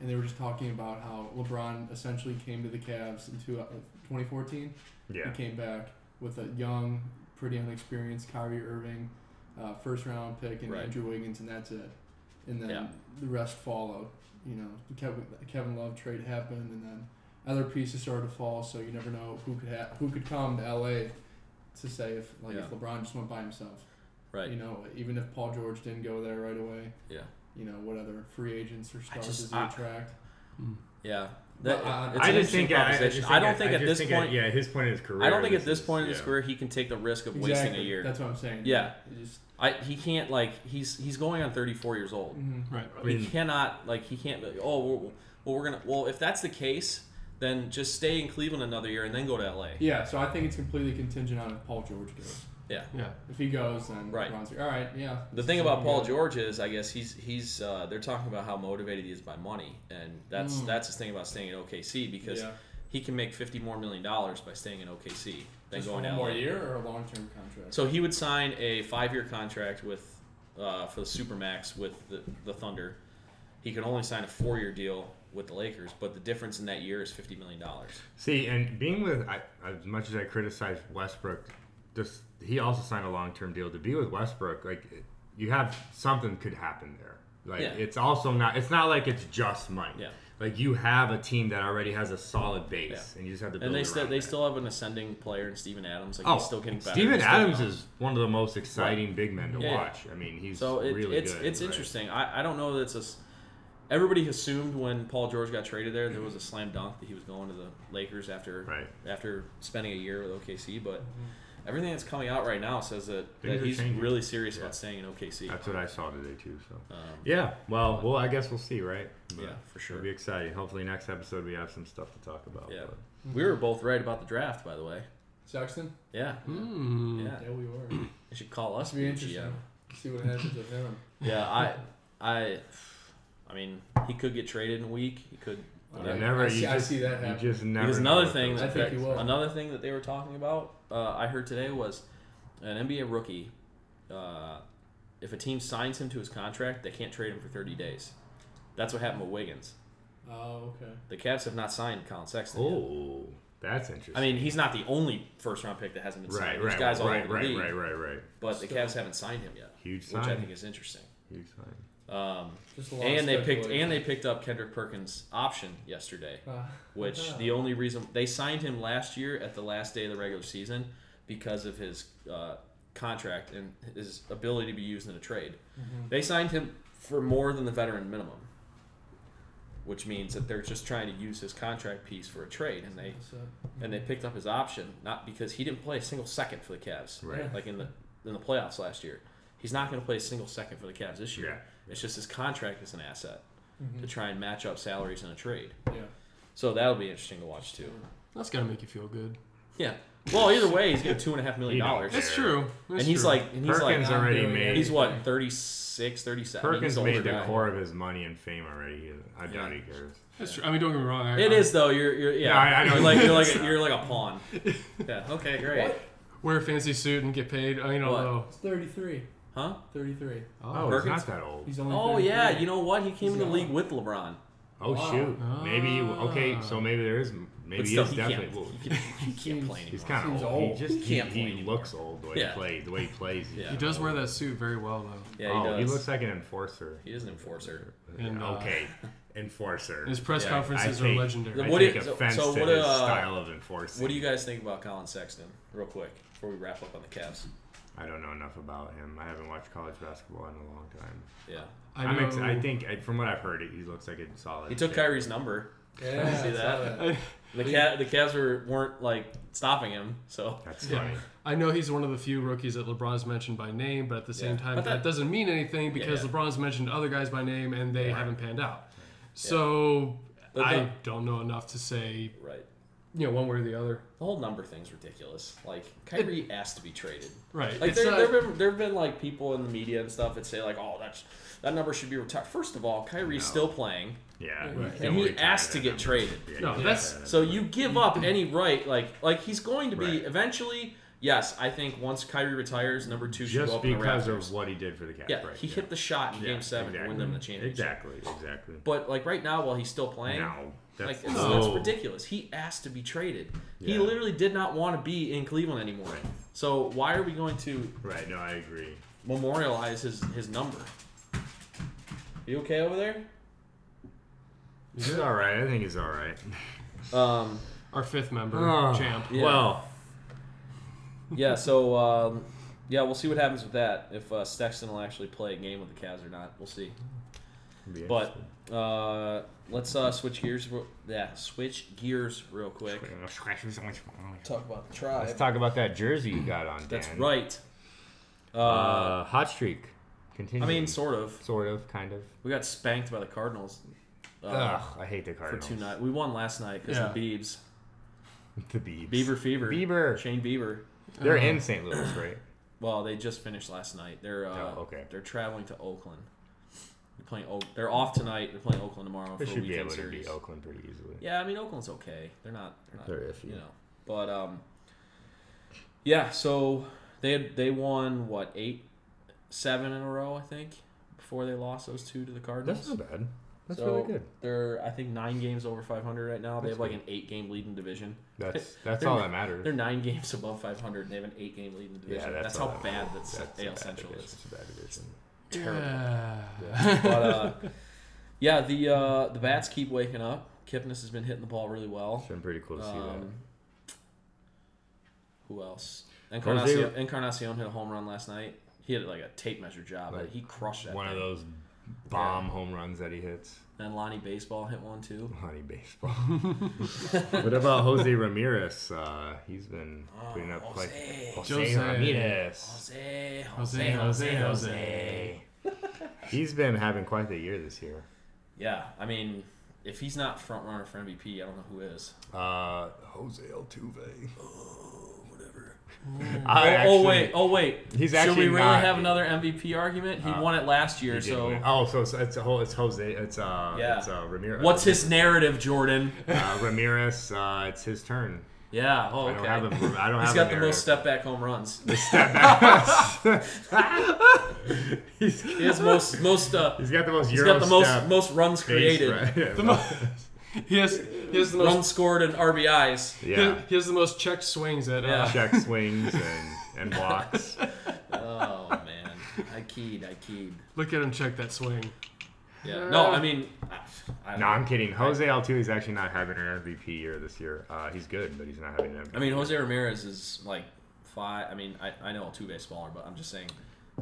and they were just talking about how LeBron essentially came to the Cavs in two, uh, 2014.
yeah.
He came back with a young, pretty unexperienced Kyrie Irving, uh, first round pick, and
Right.
Andrew Wiggins, and that's it. And then
Yeah.
the rest followed. You know, the Kevin, the Kevin Love trade happened, and then other pieces started to fall. So you never know who could ha- who could come to LA to say if like if
Yeah.
LeBron just went by himself.
Right.
You know, even if Paul George didn't go there right away.
Yeah.
You know, what other free agents or stars
just-
does he
I-
attract?
Yeah.
Well,
That-
I-
it's
I,
an
just
interesting
think, I, I just
proposition.
think
I don't think
I
at
just
this
think
point.
yeah, his point in his career.
I don't think at
this
this
is-
point in his
yeah.
career he can take the risk of wasting
Exactly.
a year.
That's what I'm saying.
Yeah.
It just,
I he can't like he's he's going on 34 years old.
Mm-hmm.
mhm.
Right.
I mean,
he cannot like he can't. be- Oh, we're, well we're gonna. Well, if that's the case, then just stay in Cleveland another year and then go to LA.
Yeah, so I think it's completely contingent on if Paul George goes.
Yeah.
If he goes, then
Right.
LeBron's like, all right, yeah.
The thing about Paul George is, I guess he's he's uh, they're talking about how motivated he is by money, and that's
Mm.
that's his thing about staying in OKC because
yeah.
he can make 50 more million dollars by staying in OKC than
Just
going
one
to
more
LA.
year or a long term contract.
So he would sign a five-year contract with uh, for the Supermax with the, the Thunder. He could only sign a four-year deal with the Lakers, but the difference in that year is fifty million dollars.
See, and being with I, as much as I criticize Westbrook, just he also signed a long-term deal to be with Westbrook. Like, it- you have something could happen there. Like,
Yeah.
it's also not. It's not like it's just money.
Yeah.
Like you have a team that already has a solid base,
Yeah.
and you just have to. Build
And they
around
still they
that.
still have an ascending player in Steven Adams. Like
Oh,
he's still getting better.
Steven
He's still-
Adams is one of the most exciting big men to
Yeah, yeah.
watch. I mean, he's
so it,
really
it's
good.
it's
right?
interesting. I, I don't know that it's a. s- Everybody assumed when Paul George got traded there, there was a slam dunk that he was going to the Lakers after
Mm-hmm. Right.
after spending a year with OKC. But
Mm-hmm.
everything that's coming out right now says that,
Things
that
are
he's
changing.
really serious
Yeah.
about staying in OKC.
That's what I saw today too. So
Um,
yeah, well, well, I guess we'll see, right? But
Yeah, for sure.
It'll be exciting. Hopefully, next episode we have some stuff to talk about.
Yeah.
but-
We were both right about the draft, by the way.
Sexton?
Yeah,
Mm.
yeah.
Yeah, we were. It'd
They should call us.
Mm-hmm. be
the
interesting.
GM.
See what happens
[LAUGHS]
with him.
Yeah, I, I, I mean, he could get traded in a week. He could.
You
I-
Whatever.
never.
I
you
see- I
just,
see that happen.
You just never.
Because
know
another
with
thing
those
I
that,
think he
picks.
will.
another thing that they were talking about, uh, I heard today was an NBA rookie. Uh, if a team signs him to his contract, they can't trade him for 30 days. That's what happened with Wiggins.
Oh, okay.
The Cavs have not signed Colin Sexton. yet.
Oh, that's interesting.
I mean, he's not the only first round pick that hasn't been
right,
signed.
right,
There's guys all
right,
over the
right,
league,
right, right, right.
but the Cavs haven't signed him yet,
Huge
which I
sign.
think is interesting.
Huge sign.
Um,
Just a lot of
and they picked
speculation.
and they picked up Kendrick Perkins' option [LAUGHS] yesterday,
Uh,
which the only reason they signed him last year at the last day of the regular season because of his uh, contract and his ability to be used in a trade. They signed him for more than the veteran minimum, which means that they're just trying to use his contract piece for a trade, and they
so,
and they picked up his option not because he didn't play a single second for the Cavs,
Right.
Like in the in the playoffs last year, he's not going to play a single second for the Cavs this year.
Yeah.
It's just his contract is an asset to try and match up salaries in a trade.
Mm-hmm. yeah.
So that'll be interesting to watch too.
That's gotta make you feel good.
Yeah. Well, either way, he's getting two and a half million
He knows.
dollars,
That's
Yeah.
true. That's
and he's
true.
like, and he's
Perkins
like,
already
doing
made.
he's what 36, 37?
Perkins
he's an older
made the
guy.
core of his money and fame already. I doubt he cares.
That's true. I mean, don't get me wrong. I,
It
I-
is though. You're, you're yeah.
No, I- I know.
You're like you're like a, you're like a
[LAUGHS]
pawn. Yeah. Okay. Great.
Wear a fancy suit and get paid. uh, I mean,
What?
although
It's 33.
Huh?
33.
Oh, he's
Perkins-
not that old.
He's only
Oh
33.
yeah. You know what? He came
He's
in the
young.
league with LeBron.
Oh
Wow.
shoot. Maybe okay.
Ah.
So maybe there is. Maybe
But
he
still,
is
he
definitely.
can't,
well,
he can't, he can't play anymore.
He's kind
Seems
of old.
old.
He just
He
he,
can't play
he
anymore.
looks old the way
Yeah.
he plays. The way he plays.
Yeah.
he does wear that suit very well, though.
yeah, he
oh,
does.
he looks like an enforcer.
He is an enforcer.
And, uh,
okay, enforcer.
His press
Yeah,
I
conferences
take,
are legendary.
I
What
take
do- so-
offense
so
to
what,
his
uh,
style of enforcing.
What do you guys think about Colin Sexton, real quick, before we wrap up on the Cavs?
I don't know enough about him. I haven't watched college basketball in a long time.
Yeah,
I
I'm
know.
ex- I think I, from what I've heard, he looks like a solid.
he took
fit.
Kyrie's number.
Yeah,
see
I saw
that?
that.
The cat, the Cavs were weren't like stopping him. So
That's
[LAUGHS] Yeah.
funny.
I know he's one of the few rookies that LeBron's mentioned by name, but at the same
Yeah.
time,
But
that,
that-
doesn't mean anything because
yeah.
LeBron's mentioned other guys by name and they haven't panned out. So
But
I
the-
don't know enough to say
right,
you know, one way or the other.
The whole number thing's ridiculous. Like Kyrie asked to be traded.
Right.
Like
it's
there,
uh, not,
there have been there have been like people in the media and stuff that say like, oh, that's that number should be retired. First of all, Kyrie's still playing,
Yeah.
Right.
you
and
can't
he
retire
asked to
that
get
number.
traded.
Yeah,
No,
you
that's-
can't retire that
So you give up any right, like like he's going to be
Right.
eventually. Yes, I think once Kyrie retires, number two should go
just
up in the
because
Raptors.
of what he did for the Cavs.
yeah,
right,
he hit the shot in
Yeah,
Game Seven to win them the championship.
Exactly, exactly.
But like right now, while he's still playing,
No, that's,
like it's, that's
no.
ridiculous. He asked to be traded. He
Yeah.
literally did not want to be in Cleveland anymore. So why are we going to
Right, no, I agree.
memorialize his his number? You okay over there?
He's all right. I think he's all right.
Um,
our fifth member, champ.
yeah.
Well,
yeah. So um, yeah, we'll see what happens with that. If uh, Sexton will actually play a game with the Cavs or not, we'll see.
it'd be
But uh, let's uh, switch gears. real- Yeah, switch gears real quick.
interesting.
Talk about the
let's
tribe.
talk about that jersey you got on. Dan.
That's right. uh,
Uh, hot streak. Continue.
I mean, sort of.
sort of, kind of.
We got spanked by the Cardinals. Uh,
Ugh, I hate the
for
Cardinals.
two night. We won last night because
Yeah.
of Biebs.
[LAUGHS] The Biebs.
Bieber fever.
Bieber.
Shane Bieber. uh,
They're in St. Louis, right?
Well, they just finished last night. They're uh,
Oh, okay.
They're traveling to Oakland. They're playing. Oak. They're off tonight. They're playing Oakland tomorrow
They
for a
should
weekend
be able to
series.
beat Oakland pretty easily.
Yeah, I mean Oakland's okay. They're not. They're not.
They're iffy.
You know, but um, yeah. So they had, they won what eight, seven in a row I think before they lost those two to the Cardinals.
That's not bad. That's
So,
really good.
They're I think nine games over 500 right now. They
That's
have like
good.
an eight game lead in division.
That's that's
They're-
all that matters.
They're nine [LAUGHS] games above 500, and they have an eight game lead in the division. that's,
all
how
that
bad
matters.
that's,
That's a
AL
bad
Central
division.
is.
It's a bad division.
Terrible.
Yeah.
but uh, [LAUGHS] yeah, the uh, the bats keep waking up. Kipnis has been hitting the ball really well.
It's been pretty cool to see that.
Um, who else? Encarnacion, Encarnacion hit a home run last night. He had like a tape measure job, but
Like,
he crushed that.
One of
thing.
those bomb home runs that he hits.
And Lonnie Baseball hit one too.
Honey baseball. [LAUGHS] what about Jose Ramirez? Uh, he's been putting up
Oh,
quite.
Jose.
Jose,
Jose.
Ramirez.
Jose, Jose, Jose,
Jose, Jose,
Jose.
He's been having quite the year this year.
Yeah, I mean, if he's not front runner for MVP, I don't know who is.
Uh, Jose Altuve. Oh, whatever.
Oh,
I
oh
actually-
wait, oh wait.
He's
Should we
actually
really
not-
have another MVP argument? He
Uh,
won it last year,
he did
so
win. oh, so it's, it's a whole. It's Jose. It's uh.
Yeah.
It's uh, Ramirez.
what's his narrative, Jordan?
Uh, Ramirez. Uh, it's his turn.
Yeah. Oh,
I
okay.
don't have a. I don't
He's
have.
got
a
the most step back home runs.
[LAUGHS] He's,
He has most most uh,
he's got the most.
he's
Euro
got the most
step
most runs
base,
created,
right?
he has he has the
[LAUGHS]
most
runs scored, and RBIs.
he has-
[LAUGHS] yeah.
he has the most checked swings at
Yeah.
uh,
Check swings and and blocks.
Oh man, I keyed, I keyed.
look at him check that swing.
Yeah. No, I mean, I, I,
No, I'm kidding. Jose Altuve is actually not having an MVP year this year. Uh, he's good, but he's not having an MVP.
I mean, Jose Ramirez is like five. I mean, I, I know Altuve's smaller, but I'm just saying,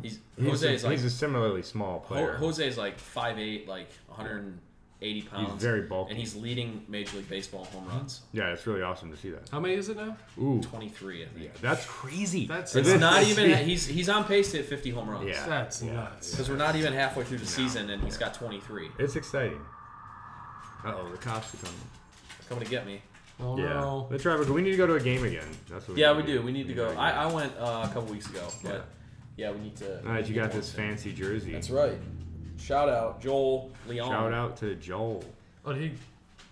he's,
he's
Jose
a,
is like
he's a similarly small
Ho-
player.
Jose is like 5'8", like 180 pounds.
He's very bulky.
And he's leading Major League Baseball home runs.
yeah, it's really awesome to see that.
How many is it now?
Ooh,
23, I think.
yeah, that's crazy.
That's-
For
It's
this-
not even, he's he's on pace to hit 50 home runs.
Yeah.
That's nuts.
Because we're not even halfway through the season and he's got 23.
It's exciting. Uh oh, the cops are coming.
It's coming to get me.
Oh
Yeah.
no.
But Trevor, we need to go to a game again. That's what.
Yeah, we do. We need to
a
go.
game.
I, I went uh, a couple weeks ago, but yeah, we need to.
All right, you got this
fan.
fancy jersey.
That's right. Shout out Joel Leon.
Shout out to Joel.
Oh, he,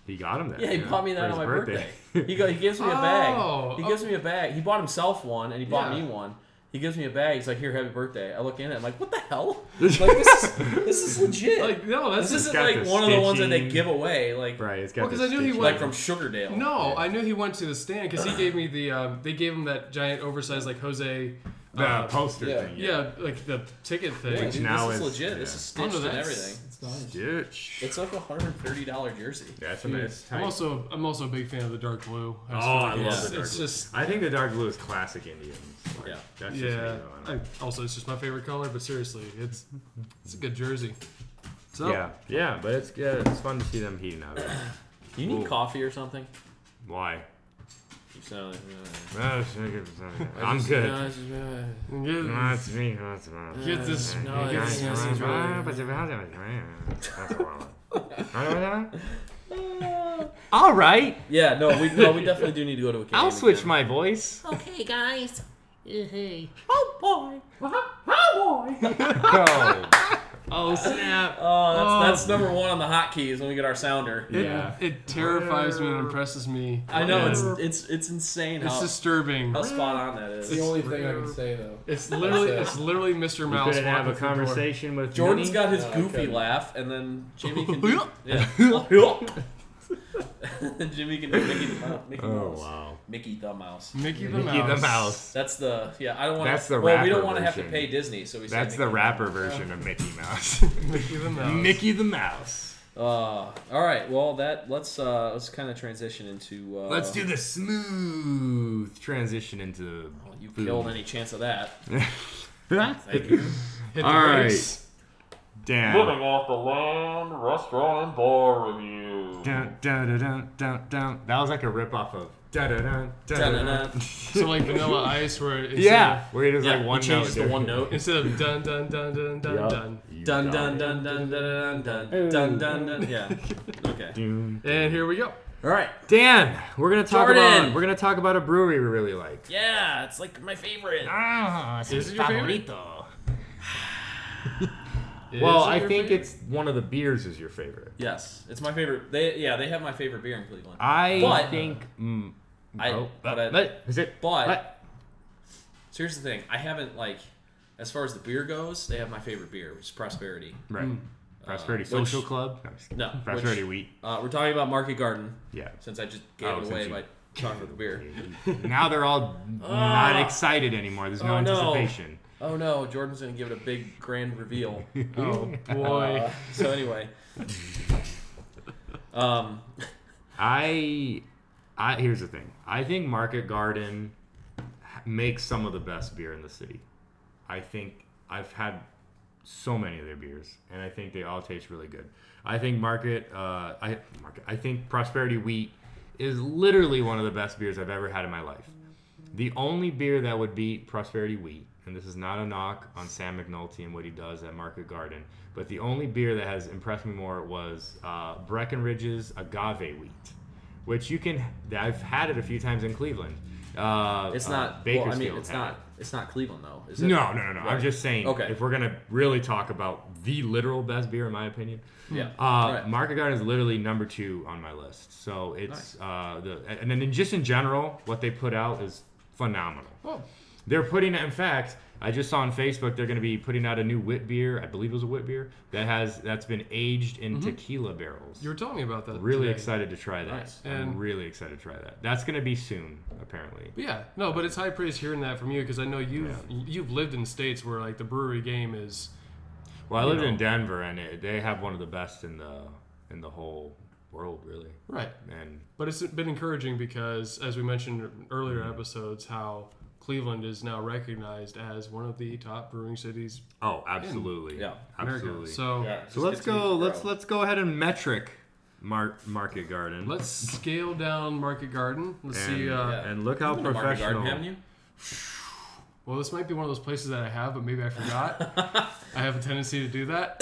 He got him that.
Yeah, he bought me
for
that on
his
my birthday.
[LAUGHS]
he go, he gives me a bag.
Oh,
he gives me a bag. He bought himself one and he bought
Yeah.
me one. He gives me a bag. He's like, "Here, happy birthday." I look in it. I'm like, "What the
[LAUGHS]
hell? like this is this is legit.
like no, that's
this
just,
isn't
got
like
the
one of the ones that they
stitching.
give away, like
Right, it's got
Well, 'cause
the
I knew he
stitching.
was-
like from Sugardale."
no. I knew he went to the stand because he gave me the um, they gave him that giant oversized like Jose.
the
uh,
poster
yeah.
thing.
yeah, like the ticket
Yeah,
thing.
dude,
now
this is
is-
legit. This
yeah.
is stitched
Oh, no,
and
that's-
everything.
It's nice.
Stitch.
It's like a hundred thirty dollar jersey.
That's a nice.
I'm
tight.
also I'm also a big fan of the dark blue.
Oh,
just
I
feel like
love
it's-
the dark
It's
blue.
just
I think the dark blue is classic Indians. Like,
Yeah.
That's just me,
yeah.
though. I
I,
don't-
also, it's just my favorite color. But seriously, it's it's a good jersey. So
Yeah. Yeah, but it's yeah, it's fun to see them heating up.
[COUGHS]
You need
Ooh.
coffee or something.
Why? Oh,
You sound like, uh,
I'm good.
Yeah,
That's me. That's me.
Get this.
No, it's- it's really
[LAUGHS]
That's a lot. All right,
Yeah, no, we no, we definitely do need to go to a.
I'll switch my voice.
Okay, guys. Hey. [LAUGHS]
Oh, oh snap!
Oh, that's, that's number one on the hotkeys when we get our sounder.
Yeah.
It terrifies me and impresses me.
I know it's
And
it's it's insane
it's
how,
disturbing.
how spot on that
It's the
is.
only thing I can say though.
It's literally it's literally Mr.
We
Mouse.
couldn't have a
walking through the door.
conversation with
Jordan's got his
No, I
goofy
couldn't.
laugh, and then Jimmy can
[LAUGHS]
do. yeah. [LAUGHS] Jimmy can do Mickey the Mouse. Mickey,
Oh
Mouse.
wow!
Mickey the Mouse.
Mickey the
Mickey
Mouse.
the mouse.
That's the yeah. I don't want.
That's the
Well, we
rapper
don't want to have to
version.
pay Disney, so we. say
That's
Mickey
the rapper version of Mickey
[LAUGHS]
Mouse.
Mickey the Mouse.
Mickey the Mouse.
Uh, all right. Well, that let's uh let's kind of transition into. Uh,
Let's do the smooth transition into.
You
food.
killed any chance of that.
Thank
[LAUGHS]
Hit the
All right.
brakes.
Damn.
off the land, restaurant and bar review.
Dun, dun, dun, dun, dun, dun. That was like a ripoff of. Dun, dun, dun, dun, dun, dun.
Da-na-na.
So like Vanilla Ice, where it's
Yeah. Where it is
Yeah,
like
he
one note.
changes to one note.
Instead of dun dun dun dun dun
Yup.
dun.
You
Dun
got
dun
it.
dun dun dun dun dun dun dun dun.
[LAUGHS]
Yeah. Okay.
Dun.
And here we go.
All right.
Dan, we're gonna talk
Jordan.
about we're gonna talk about a brewery we really like.
Yeah, it's like my favorite.
Ah,
Is it your favorite?
Well,
Is it
I
your
think
favorite?
it's one of the beers is your favorite.
Yes, it's my favorite. They yeah, they have my favorite beer in Cleveland.
I
But-
think. Mm,
I-
oh,
but I-
but- is it?
but-
but-
So here's the thing. I haven't like, as far as the beer goes, they have my favorite beer, which is Prosperity.
right. Prosperity
mm, uh, which-
Social Club. No, I'm just kidding.
No,
Prosperity
which-
Wheat.
Uh, we're talking about Market Garden
Yeah.
since I just gave
Oh,
it
since
away
you-
by talking about the beer.
[LAUGHS]
Ah.
now
[LAUGHS]
they're all not excited anymore. There's no
Oh, no. [LAUGHS]
anticipation.
Oh no, Jordan's gonna give it a big grand
[LAUGHS]
reveal.
oh boy.
Uh, so anyway, um,
I, I here's the thing. I think Market Garden makes some of the best beer in the city. I think I've had so many of their beers, and I think they all taste really good. I think Market, uh, I Market, I think Prosperity Wheat is literally one of the best beers I've ever had in my life. The only beer that would beat Prosperity Wheat, and this is not a knock on Sam McNulty and what he does at Market Garden, but the only beer that has impressed me more was uh, Breckenridge's Agave Wheat, which you can. I've had it a few times in Cleveland. Uh,
it's
uh,
not. well, I
Bakersfield.
mean, it's
had it.
not. It's not Cleveland though, is it?
No, no, no, no. I'm
Right.
just saying.
Okay.
If we're gonna really talk about the literal best beer, in my opinion,
Yeah.
uh,
Right.
Market Garden is literally number two on my list. So it's uh, the and then in- just in general, what they put out is phenomenal.
Oh.
They're putting, in fact, I just saw on Facebook they're going to be putting out a new wit beer. I believe it was a wit beer that has that's been aged in
Mm-hmm.
tequila barrels.
[LAUGHS] You were telling me about that.
really
today.
excited to try that.
Nice.
And-
I'm really excited to try that. That's going to be soon, apparently.
But yeah, no, but it's high praise hearing that from you because I know you've you've lived in states where like the brewery game is
Well, I
you
lived
know.
in Denver, and it, they have one of the best in the in the whole world, really.
right.
And
But it's been encouraging because, as we mentioned in earlier episodes, how Cleveland is now recognized as one of the top brewing cities.
oh, absolutely,
Yeah.
in America.
absolutely. So,
So
Yeah, it just
let's
continues
go.
to
Let's
grow.
let's go ahead and metric mar- Market Garden.
let's scale down Market Garden. Let's
and,
see. Uh,
yeah.
and look how
You've been to Market
professional.
Garden, haven't you?
Well, this might be one of those places that I have, but maybe I
[LAUGHS]
forgot. I have a tendency to do that,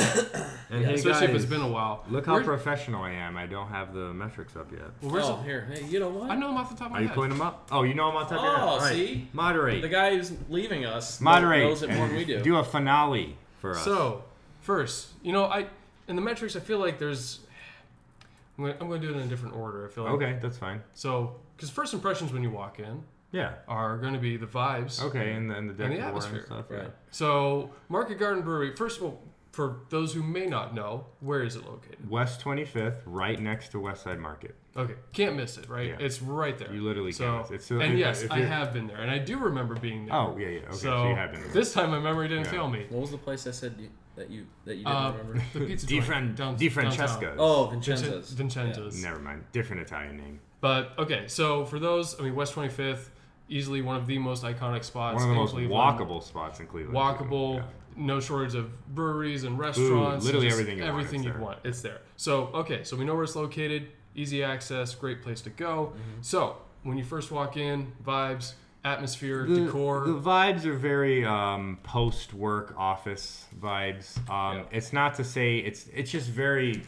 And hey,
especially if
guys,
it's been a while.
Look how
Where's-
professional I am. I don't have the metrics up yet.
well, where's
oh,
it?
here. Hey, you know what?
I know them off the top of my
Are you
head.
pulling them up? Oh, you know I'm on top of your head.
Oh,
All right.
see?
Moderate.
The guy who's leaving us
[LAUGHS]
kn-
Moderate.
knows it more than we
[LAUGHS]
do.
Do a finale for us.
So, first, you know, I in the metrics, I feel like there's. I'm gonna, I'm gonna do it in a different order. I feel like.
okay, that's fine.
So, because first impressions when you walk in
Yeah.
are gonna be the vibes.
Okay, and then the decor and,
atmosphere,
stuff. yeah.
right.
So, Market Garden Brewery. First of all, for those who may not know, where is it located?
West 25th, right next to West Side Market.
Okay, can't miss it. Right,
Yeah.
it's right there.
You literally
so,
can't miss it. So
and
if-
yes,
if
I
you're-
have been there, and I do remember being there.
Oh, yeah, yeah. Okay, so,
so,
you have been there.
this time my memory didn't
Yeah.
fail me.
What was the place I said you, that you that you didn't
Uh,
remember?
the
[LAUGHS]
pizza
Di,
joint
Fran-
down-
Di
downtown.
Francesco's.
Oh,
Vincenzo's.
Vincenzo's.
Vincenzo's.
Never mind. Different Italian name.
But okay, so for those, I mean, West 25th, easily one of the most iconic spots.
One of the
in
most
Cleveland.
walkable spots in Cleveland. too.
Walkable,
Yeah.
no shortage of breweries and restaurants.
literally
just
everything you want,
everything
it's
you'd
there.
want. It's there. So okay, so we know where it's located. Easy access, great place to go.
Mm-hmm.
So when you first walk in, vibes, atmosphere,
The,
decor.
the vibes are very um, post-work office vibes. Um, It's not to say it's it's just very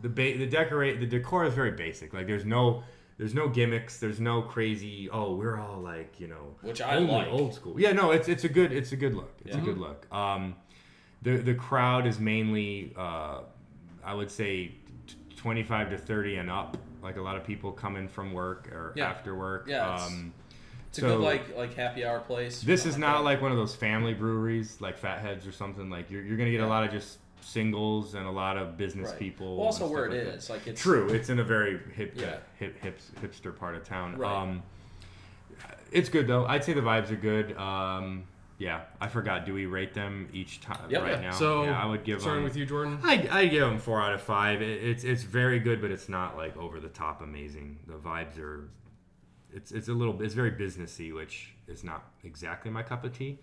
the ba- the decorate the decor is very basic. Like there's no there's no gimmicks. There's no crazy. Oh, we're all like you know,
Which I
only
like.
old school. Yeah, no, it's it's a good it's a good look. It's
Yeah.
a
Mm-hmm.
good look. Um, the the crowd is mainly uh, I would say t- 25 to 30 and up. Like a lot of people come in from work or
Yeah.
after work.
Yeah, it's-
Um,
It's a
So-
good like like happy hour place.
this is
Something
not
that.
like one of those family breweries like Fatheads or something. Like you're, you're gonna get a lot of just singles and a lot of business
Right.
people.
Well, also
and
where
stuff
it
like that.
is, like it's
True, it's in a very hip,
Yeah.
hip, hips, hipster part of town.
Right.
Um, it's good though. I'd say the vibes are good. Um, yeah, I forgot. Do we rate them each time
Yep.
right
Yeah,
now?
So
yeah, I would give
starting
them.
with you, Jordan.
I I give them four out of five. It, it's it's very good, but it's not like over the top amazing. The vibes are, it's it's a little it's very businessy, which is not exactly my cup of tea,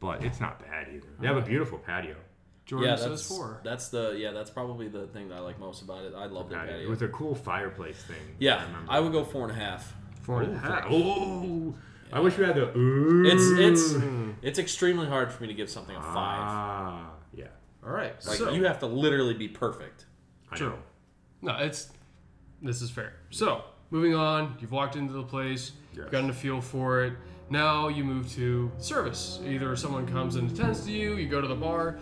but it's not bad either. They have a beautiful patio.
Jordan
yeah,
says
that's
oh
four.
That's the yeah, that's probably the thing that I like most about it. I love the
patio.
patio.
With a cool fireplace thing.
yeah,
remember.
I would go four and a half.
Four and a half.
Oh, I wish we had the. Ooh.
It's it's it's extremely hard for me to give something a five.
Mm. Ah, yeah.
All right.
Like
so
you have to literally be perfect.
I
True.
know.
no, it's this is fair. So moving on, you've walked into the place,
Yes.
you've gotten a feel for it. Now you move to service. Either someone comes and attends to you, you go to the bar.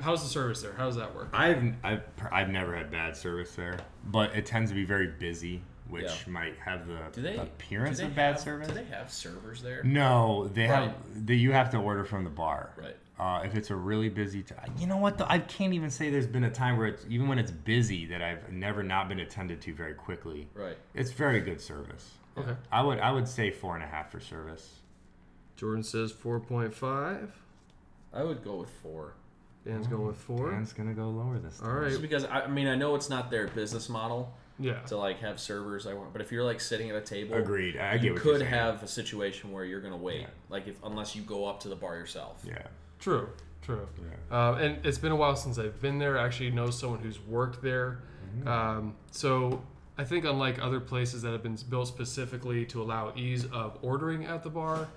How's the service there? How does that work?
I've, I've I've never had bad service there, but it tends to be very busy, which
Yeah.
might have the
Do they
appearance
do they
of bad
have-
service.
Do they have servers there?
No, they
Right.
have. They, you have to order from the bar.
Right.
Uh, if it's a really busy time, you know what? Though I can't even say there's been a time where it's even when it's busy that I've never not been attended to very quickly.
Right.
It's very good service.
Okay.
I would I would say four and a half for service.
Jordan says four point five.
I would go with four.
Dan's going with four.
Dan's gonna go lower this.
All
time.
right.
Just because I, I mean I know it's not their business model
Yeah.
to like have servers I want, but if you're like sitting at a table,
Agreed. I get
you
what
could
you're saying.
have a situation where you're gonna wait,
Yeah.
like if unless you go up to the bar yourself.
Yeah.
True, true. Um, and it's been a while since I've been there. I actually know someone who's worked there.
Mm-hmm.
Um, so I think, unlike other places that have been built specifically to allow ease of ordering at the bar,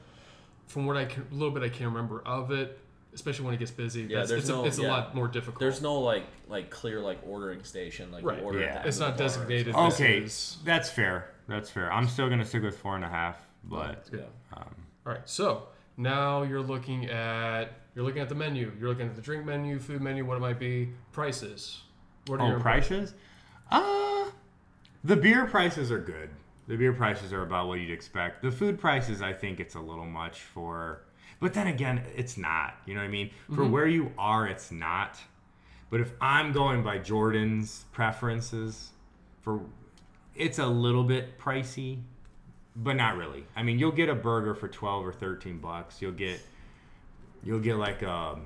from what I can, a little bit I can remember of it, especially when it gets busy, that's,
there's
it's,
no-
a, it's
yeah.
a lot more difficult.
There's no like like clear like ordering station like
Right.
you order.
Yeah.
at the end
it's
of the
not
bar.
designated.
Okay,
This is-
that's fair. That's fair. I'm still gonna stick with four and a half, but
Yeah.
All right, so now you're looking at you're looking at the menu. You're looking at the drink menu, food menu, what it might be, prices. What are
oh,
your
prices? Uh the beer prices are good. The beer prices are about what you'd expect. The food prices, I think, it's a little much for. But then again, it's not. You know what I mean? For where you are, it's not. But if I'm going by Jordan's preferences, for it's a little bit pricey, but not really. I mean, you'll get a burger for twelve or thirteen bucks. You'll get you'll get like um,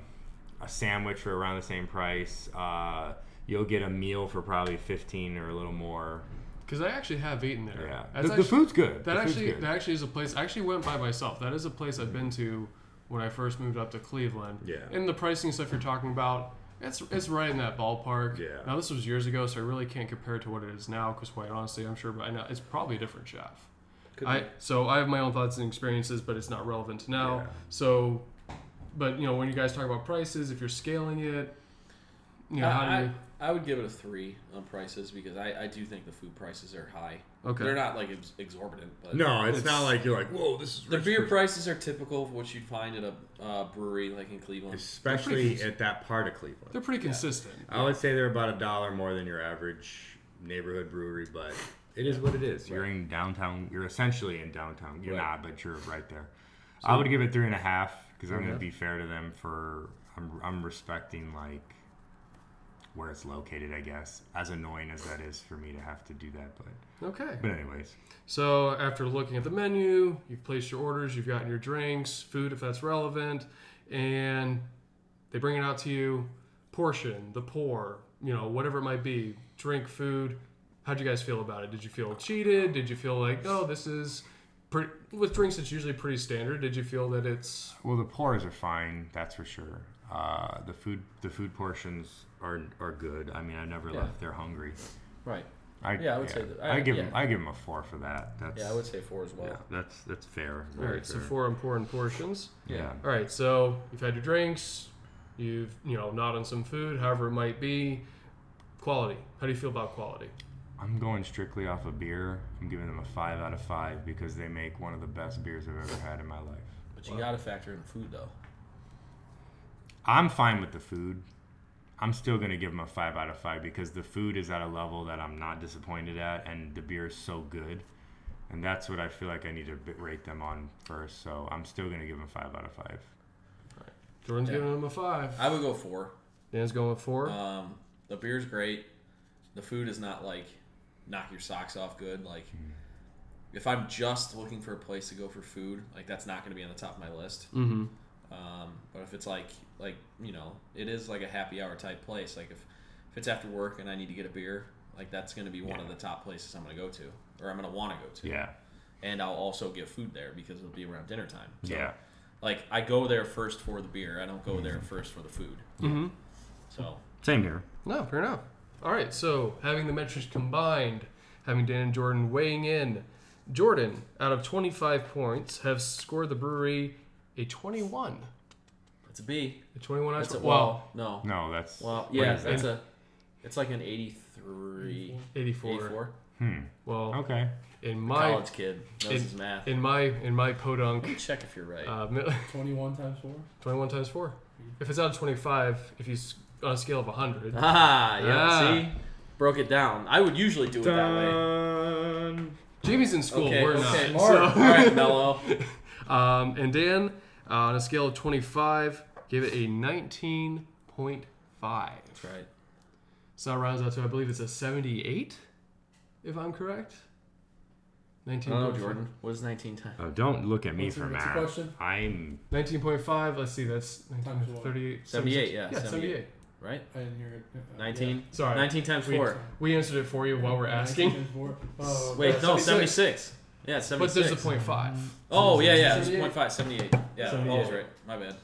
a, a sandwich for around the same price. Uh, you'll get a meal for probably fifteen or a little more.
Because I actually have eaten there.
Yeah, the,
That's
the
actually-
food's good.
That
the food's
actually,
good.
that actually is a place. I actually went by myself. That is a place I've been to when I first moved up to Cleveland.
Yeah.
And the pricing stuff you're talking about, it's it's right in that ballpark.
Yeah.
Now this was years ago, so I really can't compare it to what it is now. Because quite honestly, I'm sure, but I know it's probably a different chef. I so I have my own thoughts and experiences, but it's not relevant to now.
Yeah.
So, but you know, when you guys talk about prices, if you're scaling it, you
Uh,
know, how do
I,
you?
I, I would give it a three on prices because I, I do think the food prices are high.
Okay.
They're not like ex- exorbitant, but
no, it's, not like you're like whoa, this is
the
rich
beer
person."
prices are typical of what you'd find at a uh, brewery like in Cleveland.
[LAUGHS]
especially at that part of Cleveland.
They're pretty consistent.
I would say they're about a dollar more than your average neighborhood brewery, but it is what it is. You're in downtown. You're essentially in downtown. You're
Right.
not, but you're right there. I would give it three and a half because I'm going to be fair to them for I'm I'm respecting like where it's located. I guess as annoying as that is for me to have to do that, but
Okay.
but anyways,
So after looking at the menu, you've placed your orders, you've gotten your drinks, food if that's relevant, and they bring it out to you. Portion, the pour, you know, whatever it might be, drink, food. How'd you guys feel about it? Did you feel cheated? Did you feel like, oh, this is pre-? with drinks? It's usually pretty standard. Did you feel that it's
well the pours are fine. That's for sure. Uh, the food the food portions are are good. I mean I never left there hungry.
right.
I,
Yeah, I would say that-
I,
I-
give
yeah.
him. I give him a four for that. That's
Yeah, I would say four as well.
yeah, that's that's fair.
all
Very
right? So
fair.
four important portions.
Yeah.
All right, so you've had your drinks, you've you know gnawed on some food, however it might be. Quality. How do you feel about quality?
I'm going strictly off of beer. I'm giving them a five out of five because they make one of the best beers I've ever had in my life.
But you gotta factor in the food though.
I'm fine with the food. I'm still gonna give them a five out of five because the food is at a level that I'm not disappointed at, and the beer is so good, and that's what I feel like I need to b- rate them on first. So I'm still gonna give them five out of five.
Jordan's
Yeah.
giving him a five.
I would go four.
Dan's going with four.
Um, the beer's great. The food is not like knock your socks off good. Like
Mm-hmm.
if I'm just looking for a place to go for food, like that's not gonna be on the top of my list.
mm-hmm.
Um, but if it's like like you know, it is like a happy hour type place. Like if if it's after work and I need to get a beer, like that's gonna be one of the top places I'm gonna go to, or I'm gonna want to go to.
Yeah,
And I'll also get food there because it'll be around dinner time. So,
yeah.
Like I go there first for the beer. I don't go there first for the food.
Mm-hmm.
So
Same here.
No, fair enough. All right, so having the metrics combined, having Dan and Jordan weighing in, Jordan, out of 25 points, have scored the brewery a 21.
it's a B.
A 21 out
It's a,
of
well, no.
No, that's
Well, yeah,
is that?
it's a, it's like an 83,
84.
84.
hmm.
Well,
Okay.
in my
College kid knows
in-
his math.
in my in my
Let
podunk,
me check if you're right. [LAUGHS]
uh, [LAUGHS] mi-
21 times 4?
21 times 4. If it's out of 25, if you s- on a scale of 100,
ah, yeah.
Ah.
See, broke it down. I would usually do it that way.
Jamie's in school,
Okay,
we're
okay.
not. [LAUGHS]
All right, Mello.
Um, and Dan, uh, on a scale of 25, gave it a 19.5.
That's
[LAUGHS]
right.
So that rounds out to, I believe it's a 78, if I'm correct. 19.
Oh, Jordan. What is 19 times?
Oh, don't look at me
What's the-
for
what's the
math.
question?
I'm
19.5. Let's see, that's 19,
Times what?
38.
78, yeah,
Yeah, 78.
78. Right?
I didn't hear it. Uh,
19?
Sorry.
19 times
We-
4.
We answered it for you while we're
19
asking.
times four. Oh,
Wait,
that's- [LAUGHS]
no,
76.
76. Yeah, it's 76.
But there's a point five.
Oh, yeah, yeah. There's
78.
0.5, 78. Yeah, I was
78.
right. My bad.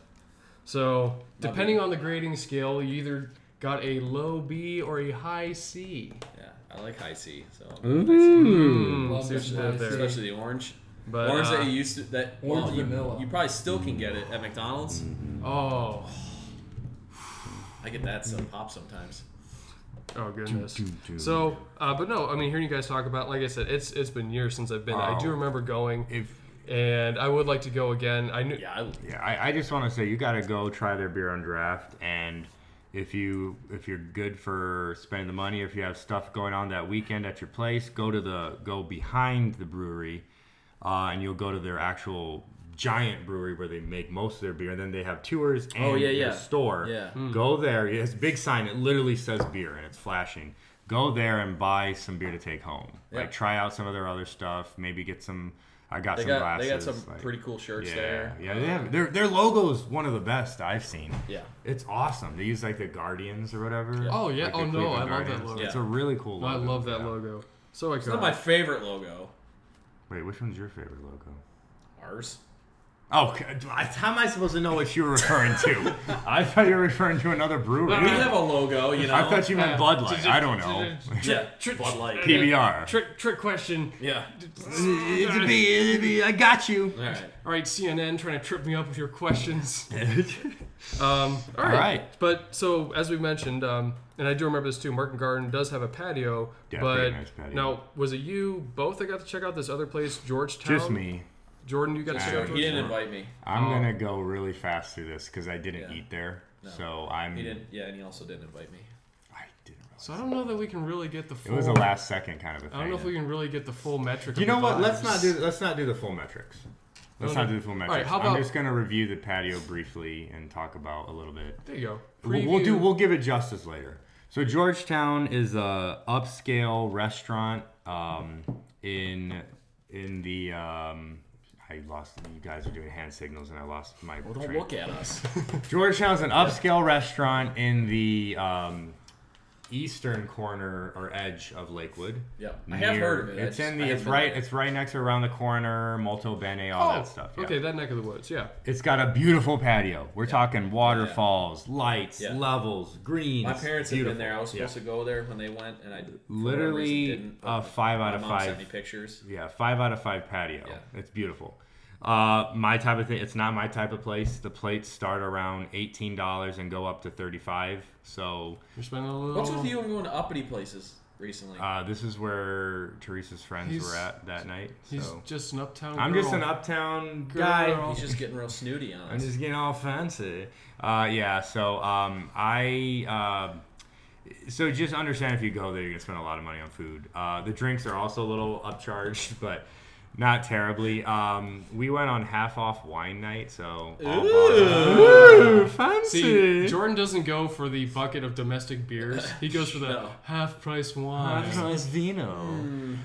So
Not
depending
bad.
on the grading scale, you either got a low B or a high C.
Yeah, I like high C. So
Mm,
Hmm.
Love
see what you
that
did there.
high C.
especially the orange.
But,
orange
uh,
that you used to that
Orange
well, you,
vanilla.
you probably still can get it
Mm.
at McDonald's.
oh,
I get that some pop sometimes.
oh goodness.
dude.
So, uh, but no, I mean, hearing you guys talk about, like I said, it's it's been years since I've been. I do
Wow.
remember going,
if
and I would like to go again. I knew.
Yeah, I,
yeah, I, I just want to say you gotta go try their beer on draft, and if you if you're good for spending the money, if you have stuff going on that weekend at your place, go to the go behind the brewery, uh, and you'll go to their actual giant brewery where they make most of their beer. And then they have tours and
Oh, yeah,
their
yeah.
store.
Yeah. Hmm.
go there. It has a big sign. It literally says beer, and it's flashing. Go there and buy some beer to take home.
Yeah.
Like try out some of their other stuff. Maybe get some. I got
they
some
got
glasses.
they got some
like-
pretty cool shirts
yeah,
there.
Yeah, they have, their their logo is one of the best I've seen.
Yeah.
It's awesome. They use like the Guardians or whatever.
Oh, yeah.
Like, the
Oh, no,
Cleveland
I love that
Guardians.
logo.
It's a really cool
No, I
logo.
love that
yeah.
logo. So I
It's not my
got.
favorite logo.
Wait, which one's your favorite logo?
Ours.
Oh, [LAUGHS] c- I- how am I supposed to know what you were referring
[LAUGHS]
to? I thought you were referring to another brewery.
We have a logo, you know.
I thought you meant Bud Light. I don't know. [LAUGHS]
yeah, Bud Light.
PBR.
Trick trick question.
Yeah.
It'd be- it'd be- I got you. [LAUGHS]
All right.
All right, CNN trying to trip me up with your questions. [LAUGHS] Um, all, right.
right.
But so as we mentioned, um, and I do remember this too. Martin Garden does have a patio,
Yeah,
but
pretty nice patio.
now was it you both that got to check out this other place, Georgetown?
Just me.
Jordan, you got to check out.
He didn't
Georgetown?
invite me.
I'm
Oh.
gonna go really fast through this because I didn't
Yeah.
eat there, so I'm.
He didn't. Yeah, and he also didn't invite me.
I didn't. Really
So I don't know that we can really get the
It
full.
was a last second kind of a thing.
I don't know if we can really get the full metric.
You
of the
know what? Let's
vibes.
not do let's not do the full metrics. Let's
No,
not
no.
do the full metrics.
Alright, how
I'm
about-
just gonna review the patio briefly and talk about a little bit.
There you go.
We'll, we'll do
Preview.
we'll give it justice later. So Georgetown is a upscale restaurant um, in in the um, I lost you guys are doing hand signals and I lost my
Well, don't
train.
look at us.
Georgetown's an upscale restaurant in the um, eastern corner or edge of Lakewood.
[LAUGHS] Yeah, I have
Near-
heard of it. I
It's
just-
in
I
the.
haven't
It's
been
right.
there. Oh,
It's right next to around the corner, Molto Bene, all that stuff. yeah.
Oh, Okay, that neck of the woods. Yeah.
It's got a beautiful patio. We're talking waterfalls, lights,
Yeah.
levels, greens.
My parents
beautiful.
have been there. I was
Yeah.
supposed to go there when they went, and I for whatever
Literally,
reason, didn't.
uh, five out
my
of
mom
five.
Sent me pictures.
Yeah, five out of five patio.
Yeah.
It's beautiful. Uh, my type of thing. It's not my type of place. The plates start around eighteen dollars and go up to thirty-five. So
You're spending a little.
What's with you and going to uppity places recently?
uh, this is where Teresa's friends
He's-
were at that night.
He's
So
just an uptown.
I'm just
girl.
an uptown
Girl.
guy.
He's just getting real snooty on
I'm
us.
just getting all fancy. Uh, yeah. So um, I. Uh, so just understand if you go there, you're gonna spend a lot of money on food. Uh, the drinks are also a little upcharged, [LAUGHS] but not terribly. Um, we went on half off wine night, so all bottles- Ooh, [LAUGHS] fancy.
See, Jordan doesn't go for the bucket of domestic beers. He
[LAUGHS]
goes for the half price wine.
Nice
Hmm.
vino.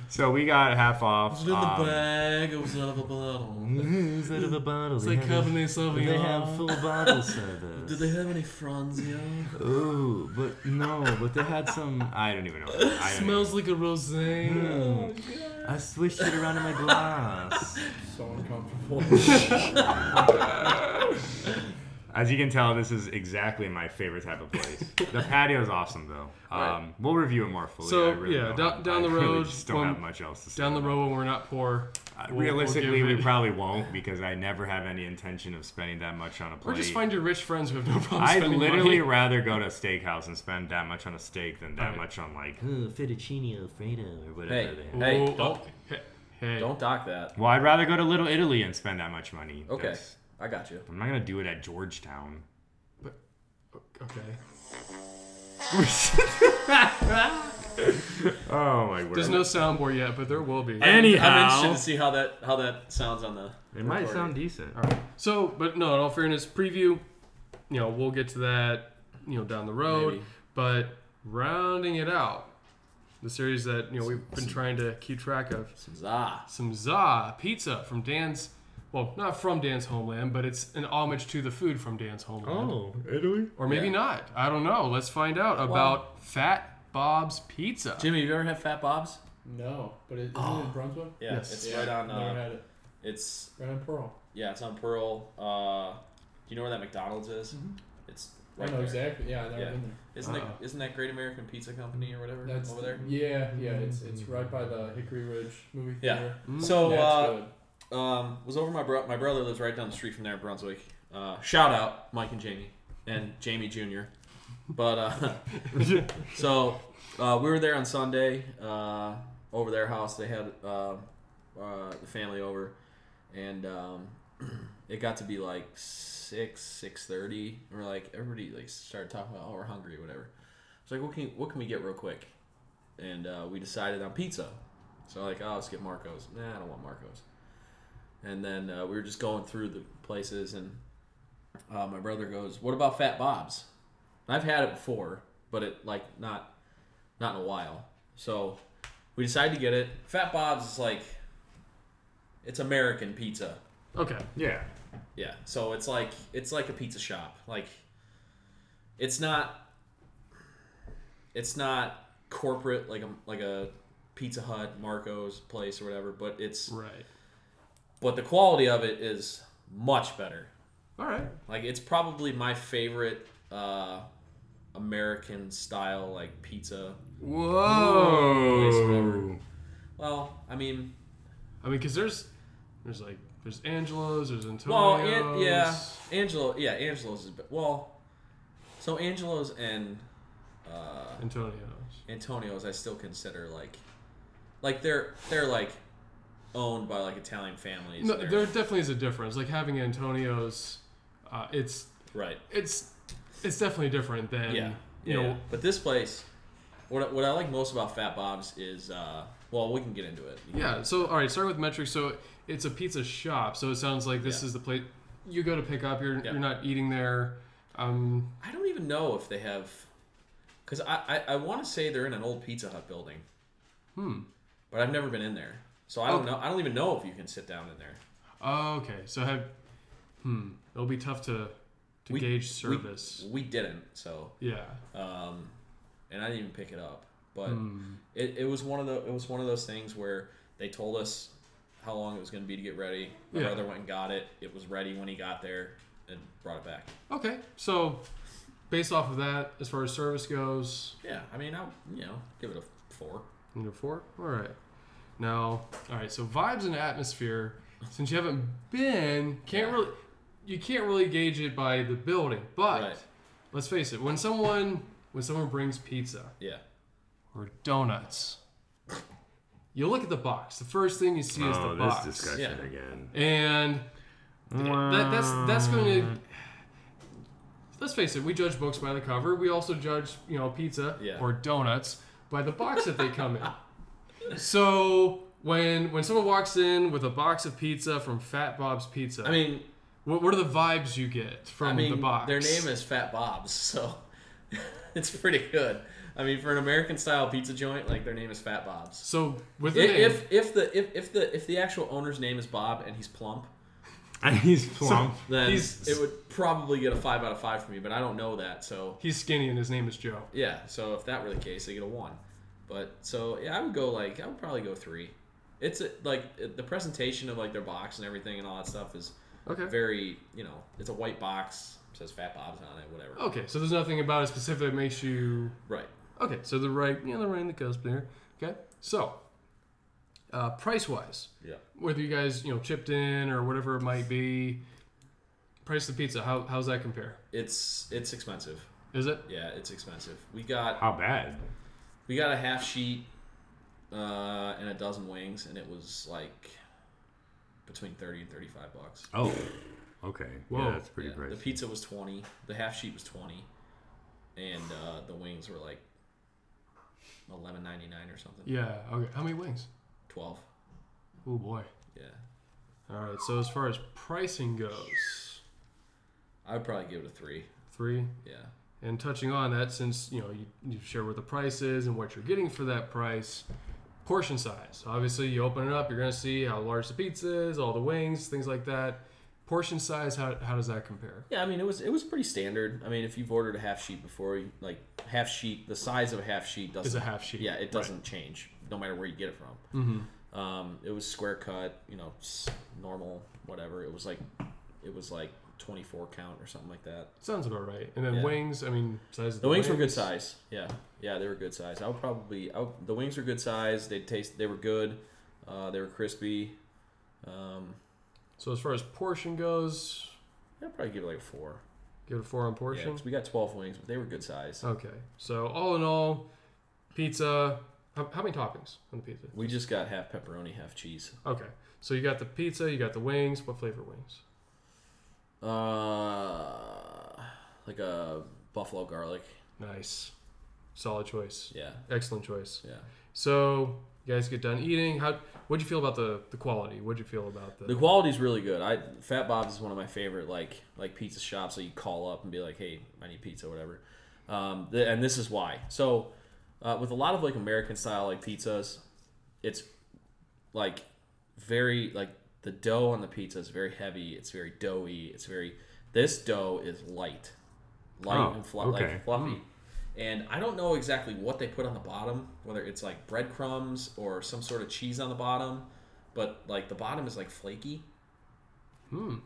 So we got half off. um, [LAUGHS]
[LAUGHS]
bag, it was out of a bottle.
It's out of a bottle.
It's like Cabernet Sauvignon.
full
[LAUGHS]
bottle service.
Did they have any Franzia?
Ooh, but no, but they had some. I don't even know. I don't
Smells like a rosé. Oh,
even, I swished it around in my glass.
So uncomfortable.
[LAUGHS] As you can tell, this is exactly my favorite type of place.
[LAUGHS]
The patio is awesome, though. Um, We'll review it more fully.
So,
I really
yeah,
don't
down-
have-
down
I
the
really
road,
just don't
one-
have much else to say.
Down the
about it.
road when we're not poor.
Uh,
we'll- we'll
Realistically,
give
we
it-
probably won't because I never have any intention of spending that much on a
Or
plate.
just find your rich friends who have no problem
I'd
spending
literally
money.
rather go to a steakhouse and spend that much on a steak than that
Right.
much on like "Ooh, fettuccine alfredo or whatever.
Hey,
they have.
hey,
Whoa,
don't,
oh, [LAUGHS] hey, hey.
don't dock that.
Well, I'd rather go to Little Italy and spend that much money.
Okay,
That's-
I got you.
I'm not gonna do it at Georgetown.
[LAUGHS] Okay.
[LAUGHS] Oh my word!
There's no soundboard yet, but there will be.
Anyhow,
I'm interested to see how that how that sounds on the.
it might sound decent.
So, but no, in all fairness, preview, you know, we'll get to that, you know, down the road.
Maybe.
But rounding it out, the series that, you know, we've been trying to keep track of
Ah,
some za pizza from Dan's, well, not from Dan's homeland, but it's an homage to the food from Dan's homeland.
Italy. Oh,
Or maybe
Oh, Yeah.
not. I don't know. Let's find out about Fat Bob's Pizza.
Jimmy, have you ever had Fat Bob's?
no, but it, isn't it in Brunswick?
Yeah,
Yes.
it's right on.
Never
Uh,
had it.
it's
Right on Pearl.
yeah, it's on Pearl. Uh, do you know where that McDonald's is?
Mm-hmm.
It's right
I know
there.
exactly. Yeah, I've never
Yeah.
been there.
Isn't
Uh-huh.
Uh-uh.
that isn't that Great American Pizza Company or whatever
That's
over there? Mm-hmm.
Yeah, yeah. It's it's right by the Hickory Ridge movie
Yeah.
theater.
Mm-hmm.
So
That's
uh,
good.
um, was over my bro. My brother lives right down the street from there, in Brunswick. Uh, shout out Mike and Jamie and Jamie Jr. But uh, [LAUGHS] so uh, we were there on Sunday uh, over their house. They had uh, uh, the family over, and um, [CLEARS THROAT] it got to be like six six thirty. And we're like everybody like started talking about oh we're hungry whatever. It's like what can what can we get real quick? And uh, we decided on pizza. So like oh let's get Marco's. Nah I don't want Marco's and then uh, we were just going through the places and uh, my brother goes what about fat bob's And i've had it before but it like not not in a while so we decided to get it fat bob's is like it's american pizza
Okay.
Yeah.
yeah so it's like it's like a pizza shop like it's not it's not corporate like a like a pizza hut marco's place or whatever but it's
Right.
but the quality of it is much better
All right.
Like it's probably my favorite uh, American style like pizza.
Whoa.
whatever. Well, I mean,
I mean, because there's, there's like, there's Angelo's, there's
well,
Antonio's.
An- yeah, Angelo, yeah, Angelo's is be- well. So Angelo's and uh,
Antonio's.
Antonio's, I still consider like, like they're they're like owned by like Italian families.
No,
They're-
there definitely is a difference. Like having Antonio's, uh, it's
right.
it's it's definitely different than
yeah,
Mm, you know.
But this place, what I- what I like most about Fat Bob's is, uh, well, we can get into it.
Yeah. So all right, start with metrics. So it's a pizza shop. So it sounds like this
Yeah.
is the place you go to pick up. You're
Yeah.
you're not eating there. Um,
I don't even know if they have, because I I, I want to say they're in an old Pizza Hut building. Hmm. But I've never been in there, so I don't
Okay.
know. I don't even know if you can sit down in there.
oh, okay. So have hmm. It'll be tough to to
We-
gauge
We-
service.
We, didn't, so
yeah.
um, and I didn't even pick it up. But
Hmm.
it, it was one of the it was one of those things where they told us how long it was going to be to get ready. My
Yeah.
brother went and got it. It was ready when he got there and brought it back.
Okay. So based off of that, as far as service goes,
Yeah, I mean, I you know give it a four.
Number four. All right. Now, all right. So vibes and atmosphere. since you haven't been, can't really you can't really gauge it by the building. But
Right.
let's face it, when someone when someone brings pizza
Yeah.
or donuts, you look at the box. The first thing you see is the
Oh, this
box.
discussion
Yeah.
again. [LAUGHS]
And that, that's that's going to let's face it. We judge books by the cover. We also judge you know pizza
Yeah.
or donuts by the box that they come in. [LAUGHS] So when when someone walks in with a box of pizza from Fat Bob's Pizza,
I mean,
what, what are the vibes you get from
I mean,
the box?
their name is Fat Bob's, so [LAUGHS] it's pretty good. I mean, for an American style pizza joint, like their name is Fat Bob's.
so with
I-
the name,
If if the if, if the if the actual owner's name is Bob and he's plump,
And he's plump.
then
He's-
it would probably get a five out of five from me. But I don't know that, so
he's skinny and his name is Joe.
yeah. So if that were the case, they get a one. But so yeah, I would go like I would probably go three. It's a, like it- the presentation of like their box and everything and all that stuff is
Okay.
very you know it's a white box says Fat Bob's on it, whatever.
Okay, so there's nothing about it specific that makes you
Right.
Okay, so the right, yeah, the right in the cusp there. Okay, so uh, price wise,
Yeah.
whether you guys you know chipped in or whatever it might be, price of the pizza, how how's that compare?
It's it's expensive.
Is it?
Yeah, it's expensive. We got
How bad?
we got a half sheet uh, and a dozen wings, and it was like between thirty and thirty five bucks.
Oh, okay.
Whoa.
Yeah, that's pretty
Yeah,
pricey.
the pizza was twenty. The half sheet was twenty, and uh, the wings were like eleven ninety nine or something.
Yeah. Okay. How many wings?
Twelve.
Oh boy.
Yeah,
All right. So as far as pricing goes,
I would probably give it a three.
three.
Yeah,
And touching on that, since you know you, you share what the price is and what you're getting for that price, portion size. Obviously, you open it up, you're gonna see how large the pizza is, all the wings, things like that. Portion size, how, how does that compare?
yeah. I mean, it was it was pretty standard. I mean, if you've ordered a half sheet before, you, like half sheet, the size of a half sheet doesn't
Is a half sheet.
Yeah, it doesn't change no matter where you get it from. Mm-hmm. Um, it was square cut, you know, s- normal, whatever. It was like, it was like twenty four count or something like that.
Sounds about right. And then
Yeah.
wings, I mean, size of
The wings were good size. Yeah, yeah, they were good size. I would probably I would- the wings were good size. They taste they were good. Uh, they were crispy. Um,
So as far as portion goes,
I'd probably give it like a four.
give it a four on
Yeah,
portion.
'cause we got twelve wings, but they were good size.
Okay. So all in all, pizza. How, how many toppings on the pizza?
We just got half pepperoni, half cheese.
Okay. So you got the pizza, you got the wings. What flavor wings?
Uh, like a buffalo garlic.
Nice. Solid choice.
Yeah,
Excellent choice.
yeah.
So you guys get done eating. How what'd you feel about the, the quality? What'd you feel about the,
The quality's really good. I Fat Bob's is one of my favorite like like pizza shops that you call up and be like, hey, I need pizza, whatever. Um, th- and this is why. So uh, with a lot of like American style like pizzas, it's like very like the dough on the pizza is very heavy. It's very doughy. It's very this dough is light, light
Oh,
and fluff
okay.
like fluffy. And I don't know exactly what they put on the bottom, whether it's like breadcrumbs or some sort of cheese on the bottom, but like the bottom is like flaky. Hmm.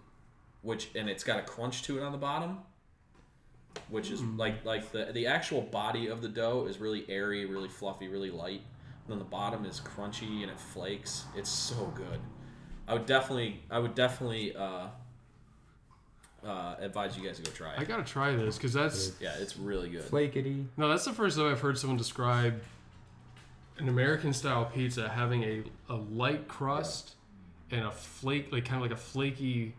Which and it's got a crunch to it on the bottom, which is like like the the actual body of the dough is really airy, really fluffy, really light. And then the bottom is crunchy and it flakes. It's so good. I would definitely I would definitely uh, uh, advise you guys to go try
I
it.
gotta try this because that's
Yeah, it's really good.
Flakety.
no, that's the first time I've heard someone describe an American style pizza having a, a light crust and a flake like kind of like a flaky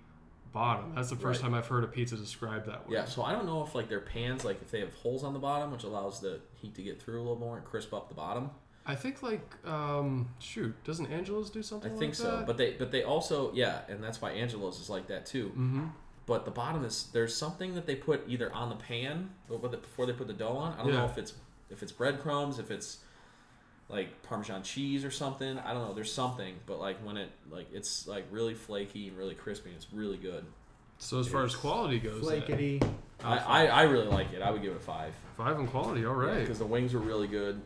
bottom. That's the first
Right.
time I've heard a pizza described that way.
Yeah, so I don't know if like their pans, like if they have holes on the bottom, which allows the heat to get through a little more and crisp up the bottom.
I think like um shoot, doesn't Angelo's do something?
I think
like
so,
that?
but they but they also yeah, and that's why Angelo's is like that too. Mm-hmm. But the bottom is there's something that they put either on the pan or with it- before they put the dough on. I don't know
Yeah.
if it's if it's breadcrumbs, if it's like Parmesan cheese or something. I don't know. There's something, but like when it like it's like really flaky and really crispy, and it's really good.
so as far as quality goes, then,
Flakety.
I, I, I really like it. I would give it a five.
five on quality, all right.
Because the wings were really good,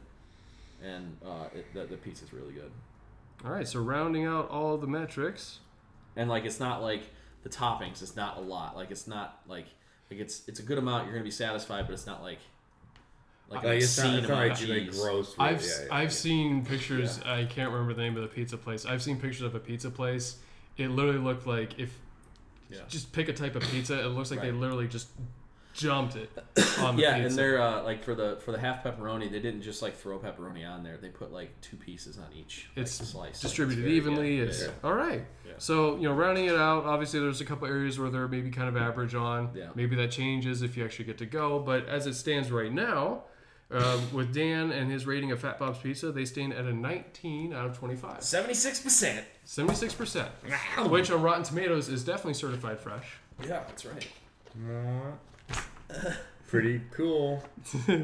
and uh, it, the, the pizza's really good.
all right, so rounding out all the metrics.
And like, it's not like the toppings. It's not a lot. Like, it's not like like it's it's a good amount. You're gonna be satisfied, but it's not like like,
Like
an
it's not,
obscene
it's not
amount
like,
of
like
cheese.
gross.
I've
yeah, yeah,
I've
yeah.
seen pictures. I can't remember the name of the pizza place. I've seen pictures of a pizza place, it literally looked like if
Yeah.
just pick a type of pizza, it looks like they
Right.
literally just
[COUGHS]
jumped it on the
yeah,
pizza.
and they're uh, like for the for the half pepperoni, they didn't just like throw pepperoni on there. They put like two pieces on each. like,
It's
slice.
distributed
very-
evenly.
yeah,
it's
yeah.
all right.
Yeah.
So you know, rounding it out. Obviously, there's a couple areas where they're maybe kind of average on.
Yeah.
Maybe that changes if you actually get to go. But as it stands right now, uh,
[COUGHS]
with Dan and his rating of Fat Bob's Pizza, they stand at a 19 out of 25,
Seventy-six percent.
76 percent,
Oh.
which on Rotten Tomatoes is definitely certified fresh.
Yeah, that's right.
Pretty cool.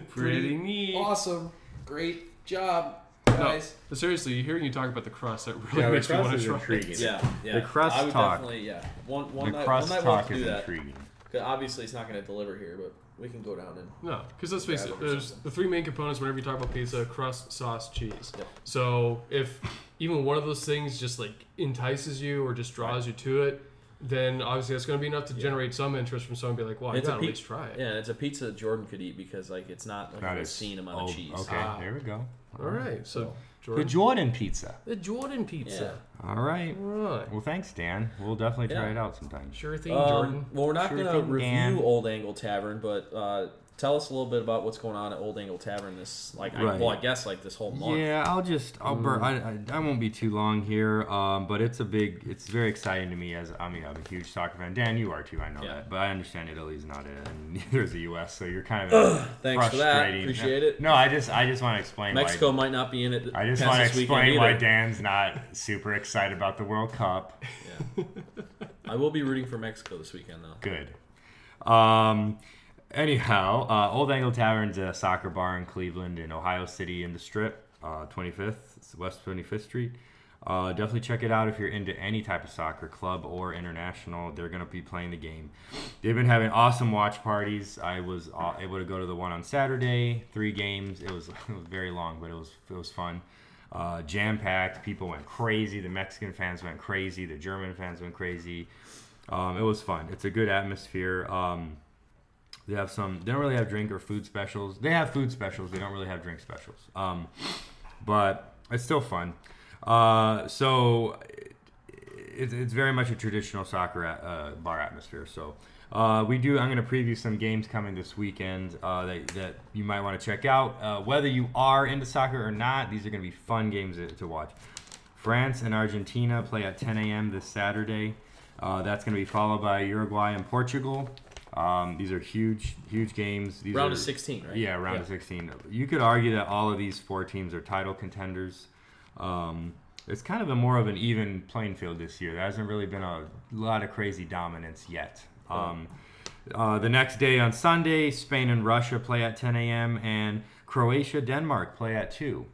Pretty neat.
Awesome. Great job,
No,
guys.
but seriously, hearing you talk about the crust, that really
Yeah, the
makes me
crust
want to
is
try. it.
intriguing.
Yeah, yeah.
The crust
I would
talk.
definitely yeah. One one
The
night,
crust
one night
talk
we'll
is
have to do that.
intriguing.
'Cause Obviously, it's not going to deliver here, but we can go down and
No, because let's face
Yeah,
it,
or
there's
something.
the three main components whenever you talk about pizza crust, sauce, cheese.
Yep.
So if even one of those things just like entices you or just draws you to it, then obviously that's going to be enough to generate some interest from someone. Be like, well, I
It's a
gotta at
pe-
least try it.
Yeah, it's a pizza that Jordan could eat because like it's not like
Not
an
as-
obscene amount
oh,
of cheese.
Okay,
Ah.
there we go.
All right, so
The
Jordan,
Jordan pizza.
the Jordan pizza.
All right.
All right,
Well, thanks, Dan. We'll definitely try
Yeah.
it out sometime.
sure thing,
Um,
Jordan.
Well, we're not
Sure
going to
thing,
review
Dan.
Old Angle Tavern, but uh, tell us a little bit about what's going on at Old Angle Tavern this like I,
Right.
well, I guess like this whole month.
Yeah, I'll just I'll bur- I, I, I won't be too long here, um, but it's a big it's very exciting to me as I mean I'm a huge soccer fan. Dan, you are too, I know
Yeah.
that, but I understand Italy's not in, [LAUGHS] and neither is the U.S. So you're kind of
Thanks for that.
frustrating-
Appreciate it.
No, I just I just want to explain why-
Mexico might not be in it.
I just
past
want
this
to
weekend
explain why
either.
Dan's not super excited about the World Cup.
I will be rooting for Mexico this weekend though.
Good. Um, anyhow, uh, Old Angle Tavern's a soccer bar in Cleveland and Ohio City in the Strip, uh, 25th, it's West 25th Street. Uh, definitely check it out if you're into any type of soccer, club or international. They're gonna be playing the game. They've been having awesome watch parties. I was uh, able to go to the one on Saturday. Three games. It was, [LAUGHS] it was very long, but it was it was fun. Uh, Jam packed. People went crazy. The Mexican fans went crazy. The German fans went crazy. Um, it was fun. It's a good atmosphere. Um, they have some. They don't really have drink or food specials. They have food specials. They don't really have drink specials. Um, but it's still fun. Uh, so it, it's very much a traditional soccer at, uh, bar atmosphere. So uh, we do. I'm going to preview some games coming this weekend uh, that, that you might want to check out. Uh, whether you are into soccer or not, these are going to be fun games to, to watch. France and Argentina play at 10 a.m. this Saturday. Uh, that's going to be followed by Uruguay and Portugal. Um, these are huge, huge games. These
Round
are,
of 16, right?
Yeah, round of 16. You could argue that all of these four teams are title contenders. Um, it's kind of a more of an even playing field this year. There hasn't really been a lot of crazy dominance yet. Um, uh, the next day on Sunday, Spain and Russia play at 10 a.m. and Croatia, Denmark play at 2.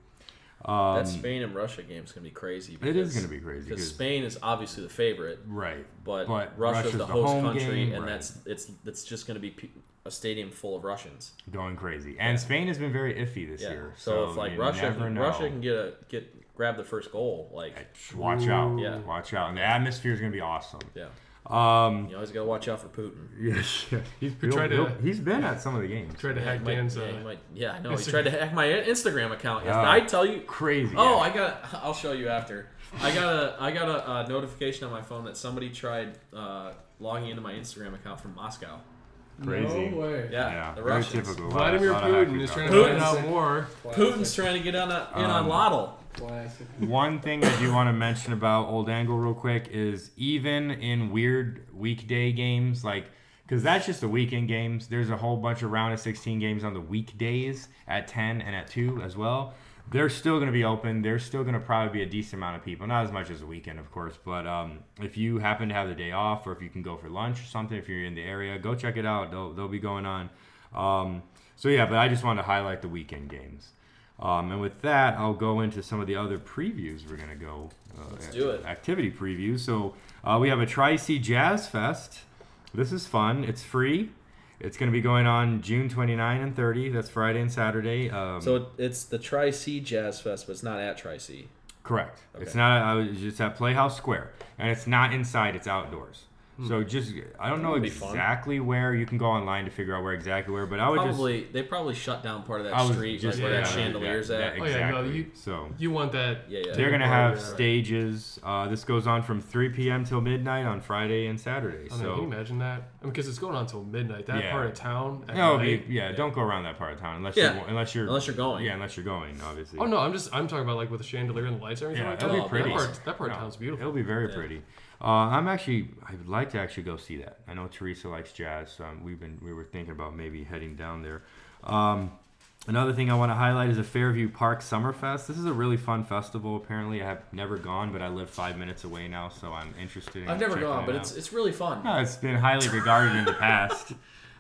Um,
That Spain and Russia game's gonna be crazy.
It is
because-
going to be crazy.
because
'cause-
Spain is obviously the favorite,
right.
but,
But
Russia's, the host
home
country,
game,
and
right.
that's it's it's just gonna be pe- a stadium full of Russians.
Going crazy. And Spain has been very iffy this
Yeah.
year.
So, if like
you
Russia,
never
can,
know.
Russia can get a get grab the first goal, like
Watch out.
Yeah.
Watch out. And the atmosphere is going to be awesome.
yeah,
Um,
you always gotta watch out for Putin.
yes, yeah. He's,
tried
he'll-
to-
he's been at some of the games.
Tried to
Yeah, he
hack
might-
Dan's.
yeah, he
Uh,
might- yeah, I know. He tried to hack my Instagram account.
Yeah.
I tell you,
Crazy.
Oh,
yeah.
I got. [LAUGHS] I'll show you after. I got a. I got a, uh notification on my phone that somebody tried uh, logging into my Instagram account from Moscow.
Crazy.
No way.
Yeah,
Yeah,
the
very
Russians.
typical.
Vladimir
Lot of- lot of
Putin is
hackers
trying
out
to
Putin.
find out more.
Putin's trying to get on a, in on
Um,
Lottel.
Classic.
there. One thing I do want to mention about Old Angle real quick is even in weird weekday games, like because that's just the weekend games. There's a whole bunch of round of 16 games on the weekdays at 10 and at 2 as well. They're still going to be open. There's still going to probably be a decent amount of people. Not as much as the weekend, of course, but um, if you happen to have the day off or if you can go for lunch or something, if you're in the area, go check it out. They'll, they'll be going on. Um, so, yeah, but I just wanted to highlight the weekend games. Um, and with that, I'll go into some of the other previews we're going to go. Uh, Let's
do it.
Activity preview. So, uh, we have a Tri C Jazz Fest. This is fun. It's free. It's going to be going on June 29 and 30. That's Friday and Saturday. Um,
So it- it's the Tri C Jazz Fest, but it's not at Tri C.
correct. It's
Okay.
not. I was just at Playhouse Square, and it's not inside. It's outdoors. So just I don't know
Hmm. That'd be fun.
exactly where you can go online to figure out where exactly where, but I would just
Probably they probably shut down part of that
I was
street
just-
like where that
yeah,
chandelier's
yeah,
at.
yeah,
Oh, yeah, no,
exactly.
you-
so
You want that?
Yeah, yeah.
they're gonna
temporary-
have stages. Uh, this goes on from 3 p.m. till midnight on Friday and Saturday.
I mean,
so
can Oh, you imagine that? I mean, because it's going on till midnight. That
Yeah.
part of town. At
no,
night-
it'd be- yeah, don't go around that part of town unless
Yeah.
you unless you're
Unless you're going.
yeah unless you're going obviously.
Oh no, I'm just I'm talking about like with the chandelier and the lights and everything.
Yeah,
like
that'd
that.
be
Oh,
pretty.
That part, that part of
No,
town's beautiful.
It'll be very
Yeah.
pretty. Uh, I'm actually, I would like to actually go see that. I know Teresa likes jazz, so um, we've been, we were thinking about maybe heading down there. Um, another thing I want to highlight is the Fairview Park Summerfest. This is a really fun festival. Apparently, I have never gone, but I live five minutes away now, so I'm interested. in
I've never
checking
gone,
it
but
out.
it's it's really fun.
No, it's been highly regarded in the past.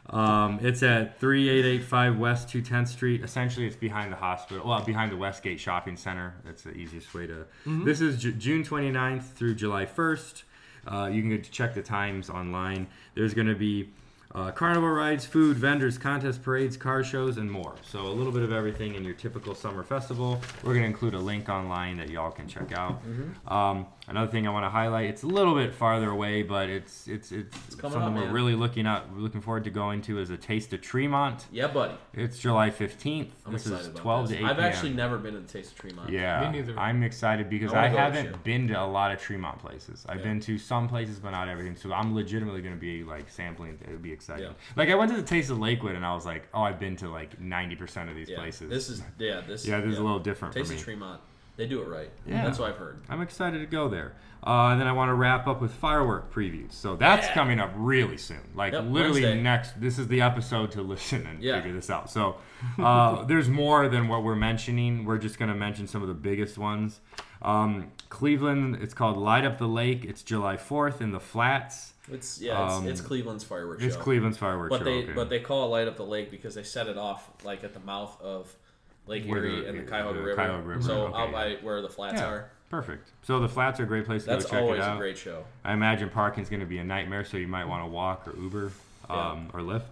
Um, it's at 3885 West 210th Street. Essentially, it's behind the hospital, well, behind the Westgate Shopping Center. That's the easiest way to. This is Ju- June 29th through July 1st. Uh, you can go to check the times online. There's going to be uh, carnival rides, food, vendors, contest parades, car shows, and more. So, a little bit of everything in your typical summer festival. We're going to include a link online that y'all can check out. Um, another thing I want to highlight, it's a little bit farther away, but it's it's it's,
coming
something
up,
we're
man.
really looking up, looking forward to going to is a taste of Tremont.
Yeah, buddy.
It's July 15th.
I'm
this
excited
is
about
12
this.
to 8
I've
p.m.
actually never been to the Taste of Tremont.
yeah,
Me neither.
I'm excited because
I wanna
I,
go this year.
haven't been to a lot of Tremont places. I've been to some places, but not everything. So I'm legitimately going to be like sampling. It'll be exciting.
Yeah.
Like I went to the Taste of Lakewood, and I was like, oh, I've been to like 90% of these
Yeah.
places.
This is yeah. This
yeah, this is a little different
Taste
for
of
me.
Tremont. They do it right.
Yeah.
That's what I've heard.
I'm excited to go there. Uh, and then I want to wrap up with firework previews. So that's coming up really soon. Like
Yep,
literally
Wednesday.
next. This is the episode to listen and
Yeah.
figure this
[LAUGHS]
out. So uh, there's more than what we're mentioning. We're just gonna mention some of the biggest ones. Um, Cleveland. It's called Light Up the Lake. It's July 4th in the Flats.
It's yeah. It's,
Um,
it's Cleveland's fireworks
It's
show.
Cleveland's fireworks
But
show.
they
okay.
but they call it light up the lake because they set it off like at the mouth of Lake
Where
Erie
the-
and the
the
Cuyahoga River.
Cuyahoga River,
So
okay,
out by
yeah.
where the flats
yeah,
are.
perfect. So the Flats are a great place to
That's
go check
always
it
a
out.
great show.
I imagine parking's gonna be a nightmare, so you might want to walk or Uber
Yeah.
um, or Lyft.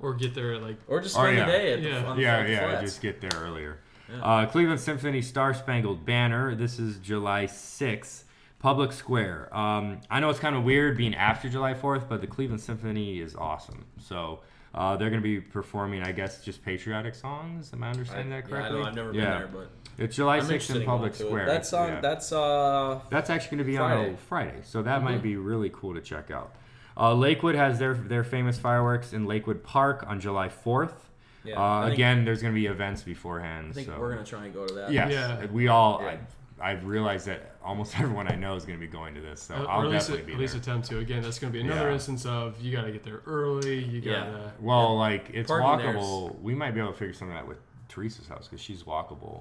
Or get there at like
Or just
Oh,
spend
yeah.
the day at
Yeah.
the, on the
yeah,
fucking
yeah,
flats.
just get there earlier. Uh, Cleveland Symphony Star Spangled Banner. This is July 6th, Public Square. Um, I know it's kind of weird being after July 4th, but the Cleveland Symphony is awesome. So uh, they're going to be performing, I guess, just patriotic songs. Am I understanding
yeah,
that
I
correctly?
know I've never
Yeah.
been there,
It's July
but I'm
6th
interested
in
in going
Public
to it.
Square.
That's on.
Yeah.
That's uh.
That's actually going to be on
Friday.
a Friday, so that
Mm-hmm.
might be really cool to check out. Uh, Lakewood has their their famous fireworks in Lakewood Park on July fourth.
Yeah, I
uh,
think-
again, there's going to be events beforehand.
I think
so.
we're gonna try and go to that.
Yes,
Yeah.
we all.
Yeah.
I, I've realized that almost [LAUGHS] everyone I know is going to be going to this, so
uh, or
I'll
at least,
definitely be
at least
there.
attempt to. Again, that's going to be another
Yeah.
instance of you got to get there early. You
Yeah.
got to.
well, like it's
Parking there's-
walkable. We might be able to figure something out with Teresa's house because she's walkable.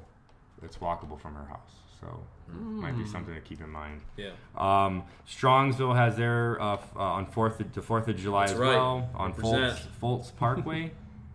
It's walkable from her house, so might
Hmm.
be something to keep in mind.
Yeah.
Um, Strongsville has their uh, f- uh, on Fourth the Fourth of July
That's
as
right.
well on Foltz,
Represent.
Foltz
[LAUGHS]
Parkway.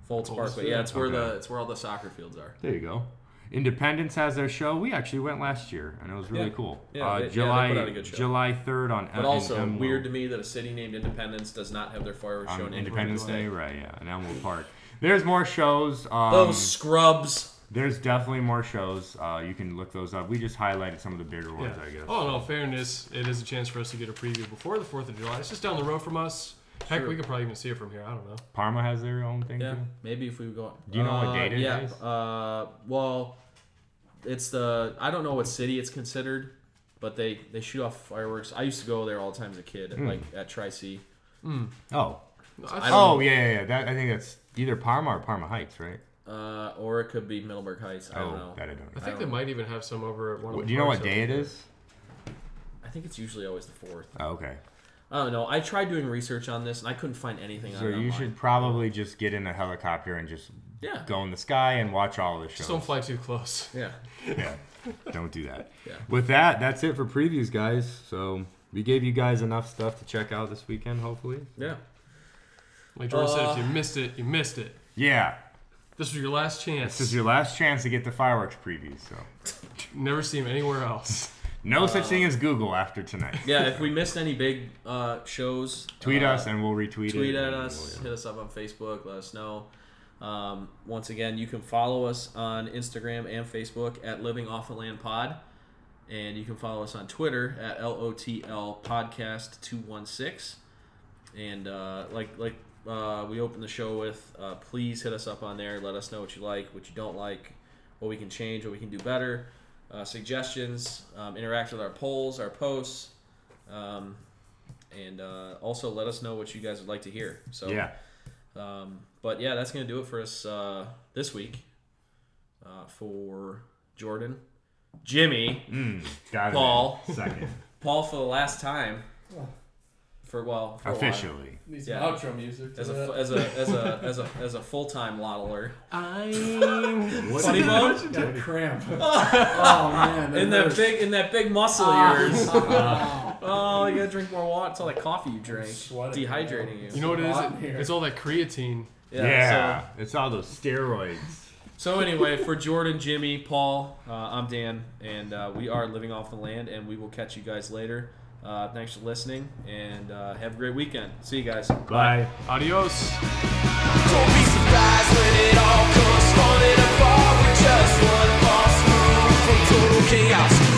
Folds Parkway. Yeah, it's where the
Okay. Uh,
it's where all the soccer fields are.
there you go. Independence has their show. We actually went last year, and it was really
Yeah.
cool.
Yeah,
uh,
they- yeah, they
July
put on a good show.
July third on.
But also weird to me that a city named Independence does not have their fireworks show
on
named
Independence
Independence
Day, right? Yeah, in Elmwood Park. There's more shows. Um,
Those scrubs.
There's definitely more shows. Uh, you can look those up. We just highlighted some of the bigger ones, I guess.
Oh, in all fairness, it is a chance for us to get a preview before the 4th of July. It's just down the road from us. Heck,
Sure.
we could probably even see it from here. I don't know.
Parma has their own thing
Yeah,
too.
maybe if we go.
Do you know what date it
yeah,
is?
Uh, well, it's the I don't know what city it's considered, but they they shoot off fireworks. I used to go there all the time as a kid,
Hmm.
like at Tri C.
Oh,
I
oh yeah, yeah, yeah. That, I think that's either Parma or Parma Heights, right?
Uh, or it could be Middleburg Heights. I don't
Oh,
know.
that I don't
I
know.
think they might even have some over at one of the
Do you know
parks
what
over
day it
there.
is?
I think it's usually always the fourth.
Oh, okay.
I don't know. I tried doing research on this and I couldn't find anything.
So
on it
you
online.
should probably just get in a helicopter and just
Yeah.
go in the sky and watch all of the shows.
Just don't fly too close.
Yeah.
yeah. Don't do that.
[LAUGHS] Yeah.
With that, that's it for previews, guys. So we gave you guys enough stuff to check out this weekend, hopefully.
Yeah.
Like Jordan
Uh,
said, if you missed it, you missed it.
Yeah.
This was your last chance.
This is your last chance to get the fireworks previews. So
Never see him anywhere else.
no such thing as Google
[LAUGHS]
after tonight.
Yeah. If we missed any big uh, shows,
Tweet
uh,
us and we'll retweet it.
tweet at
and
us,
we'll-
hit us up on Facebook, let us know. Um, once again, you can follow us on Instagram and Facebook at Living Off the Land Pod, and you can follow us on Twitter at LOTL Podcast two one six. And uh, like like uh, we opened the show with, uh, please hit us up on there. Let us know what you like, what you don't like, what we can change, what we can do better, uh, suggestions. Um, interact with our polls, our posts, um, and uh, also let us know what you guys would like to hear. So
Yeah.
um, but yeah, that's gonna do it for us uh, this week. Uh, for Jordan, Jimmy,
Mm, got it.
Paul.
Second.
[LAUGHS] Paul for the last time. For well, for a while.
Officially.
Needs
Yeah.
some outro music. To
As
that.
a, as a as a as a as a full time modeler,
What [LAUGHS]
funny
is-
bone
Got a cramp.
[LAUGHS]
oh man,
in that
hurts.
big in that big muscle of yours. Oh, you gotta drink more water. It's all that coffee you drank,
sweating,
dehydrating you.
You know what it is?
Hot in here.
It's all that creatine.
Yeah. It's all those steroids.
So, so anyway, for Jordan, Jimmy, Paul, uh, I'm Dan, and uh, we are living off the land, and we will catch you guys later. Uh, thanks for listening, and uh, have a great weekend. See you guys.
Bye.
Adios.
Don't be surprised when it all comes falling apart with just one false move from total chaos.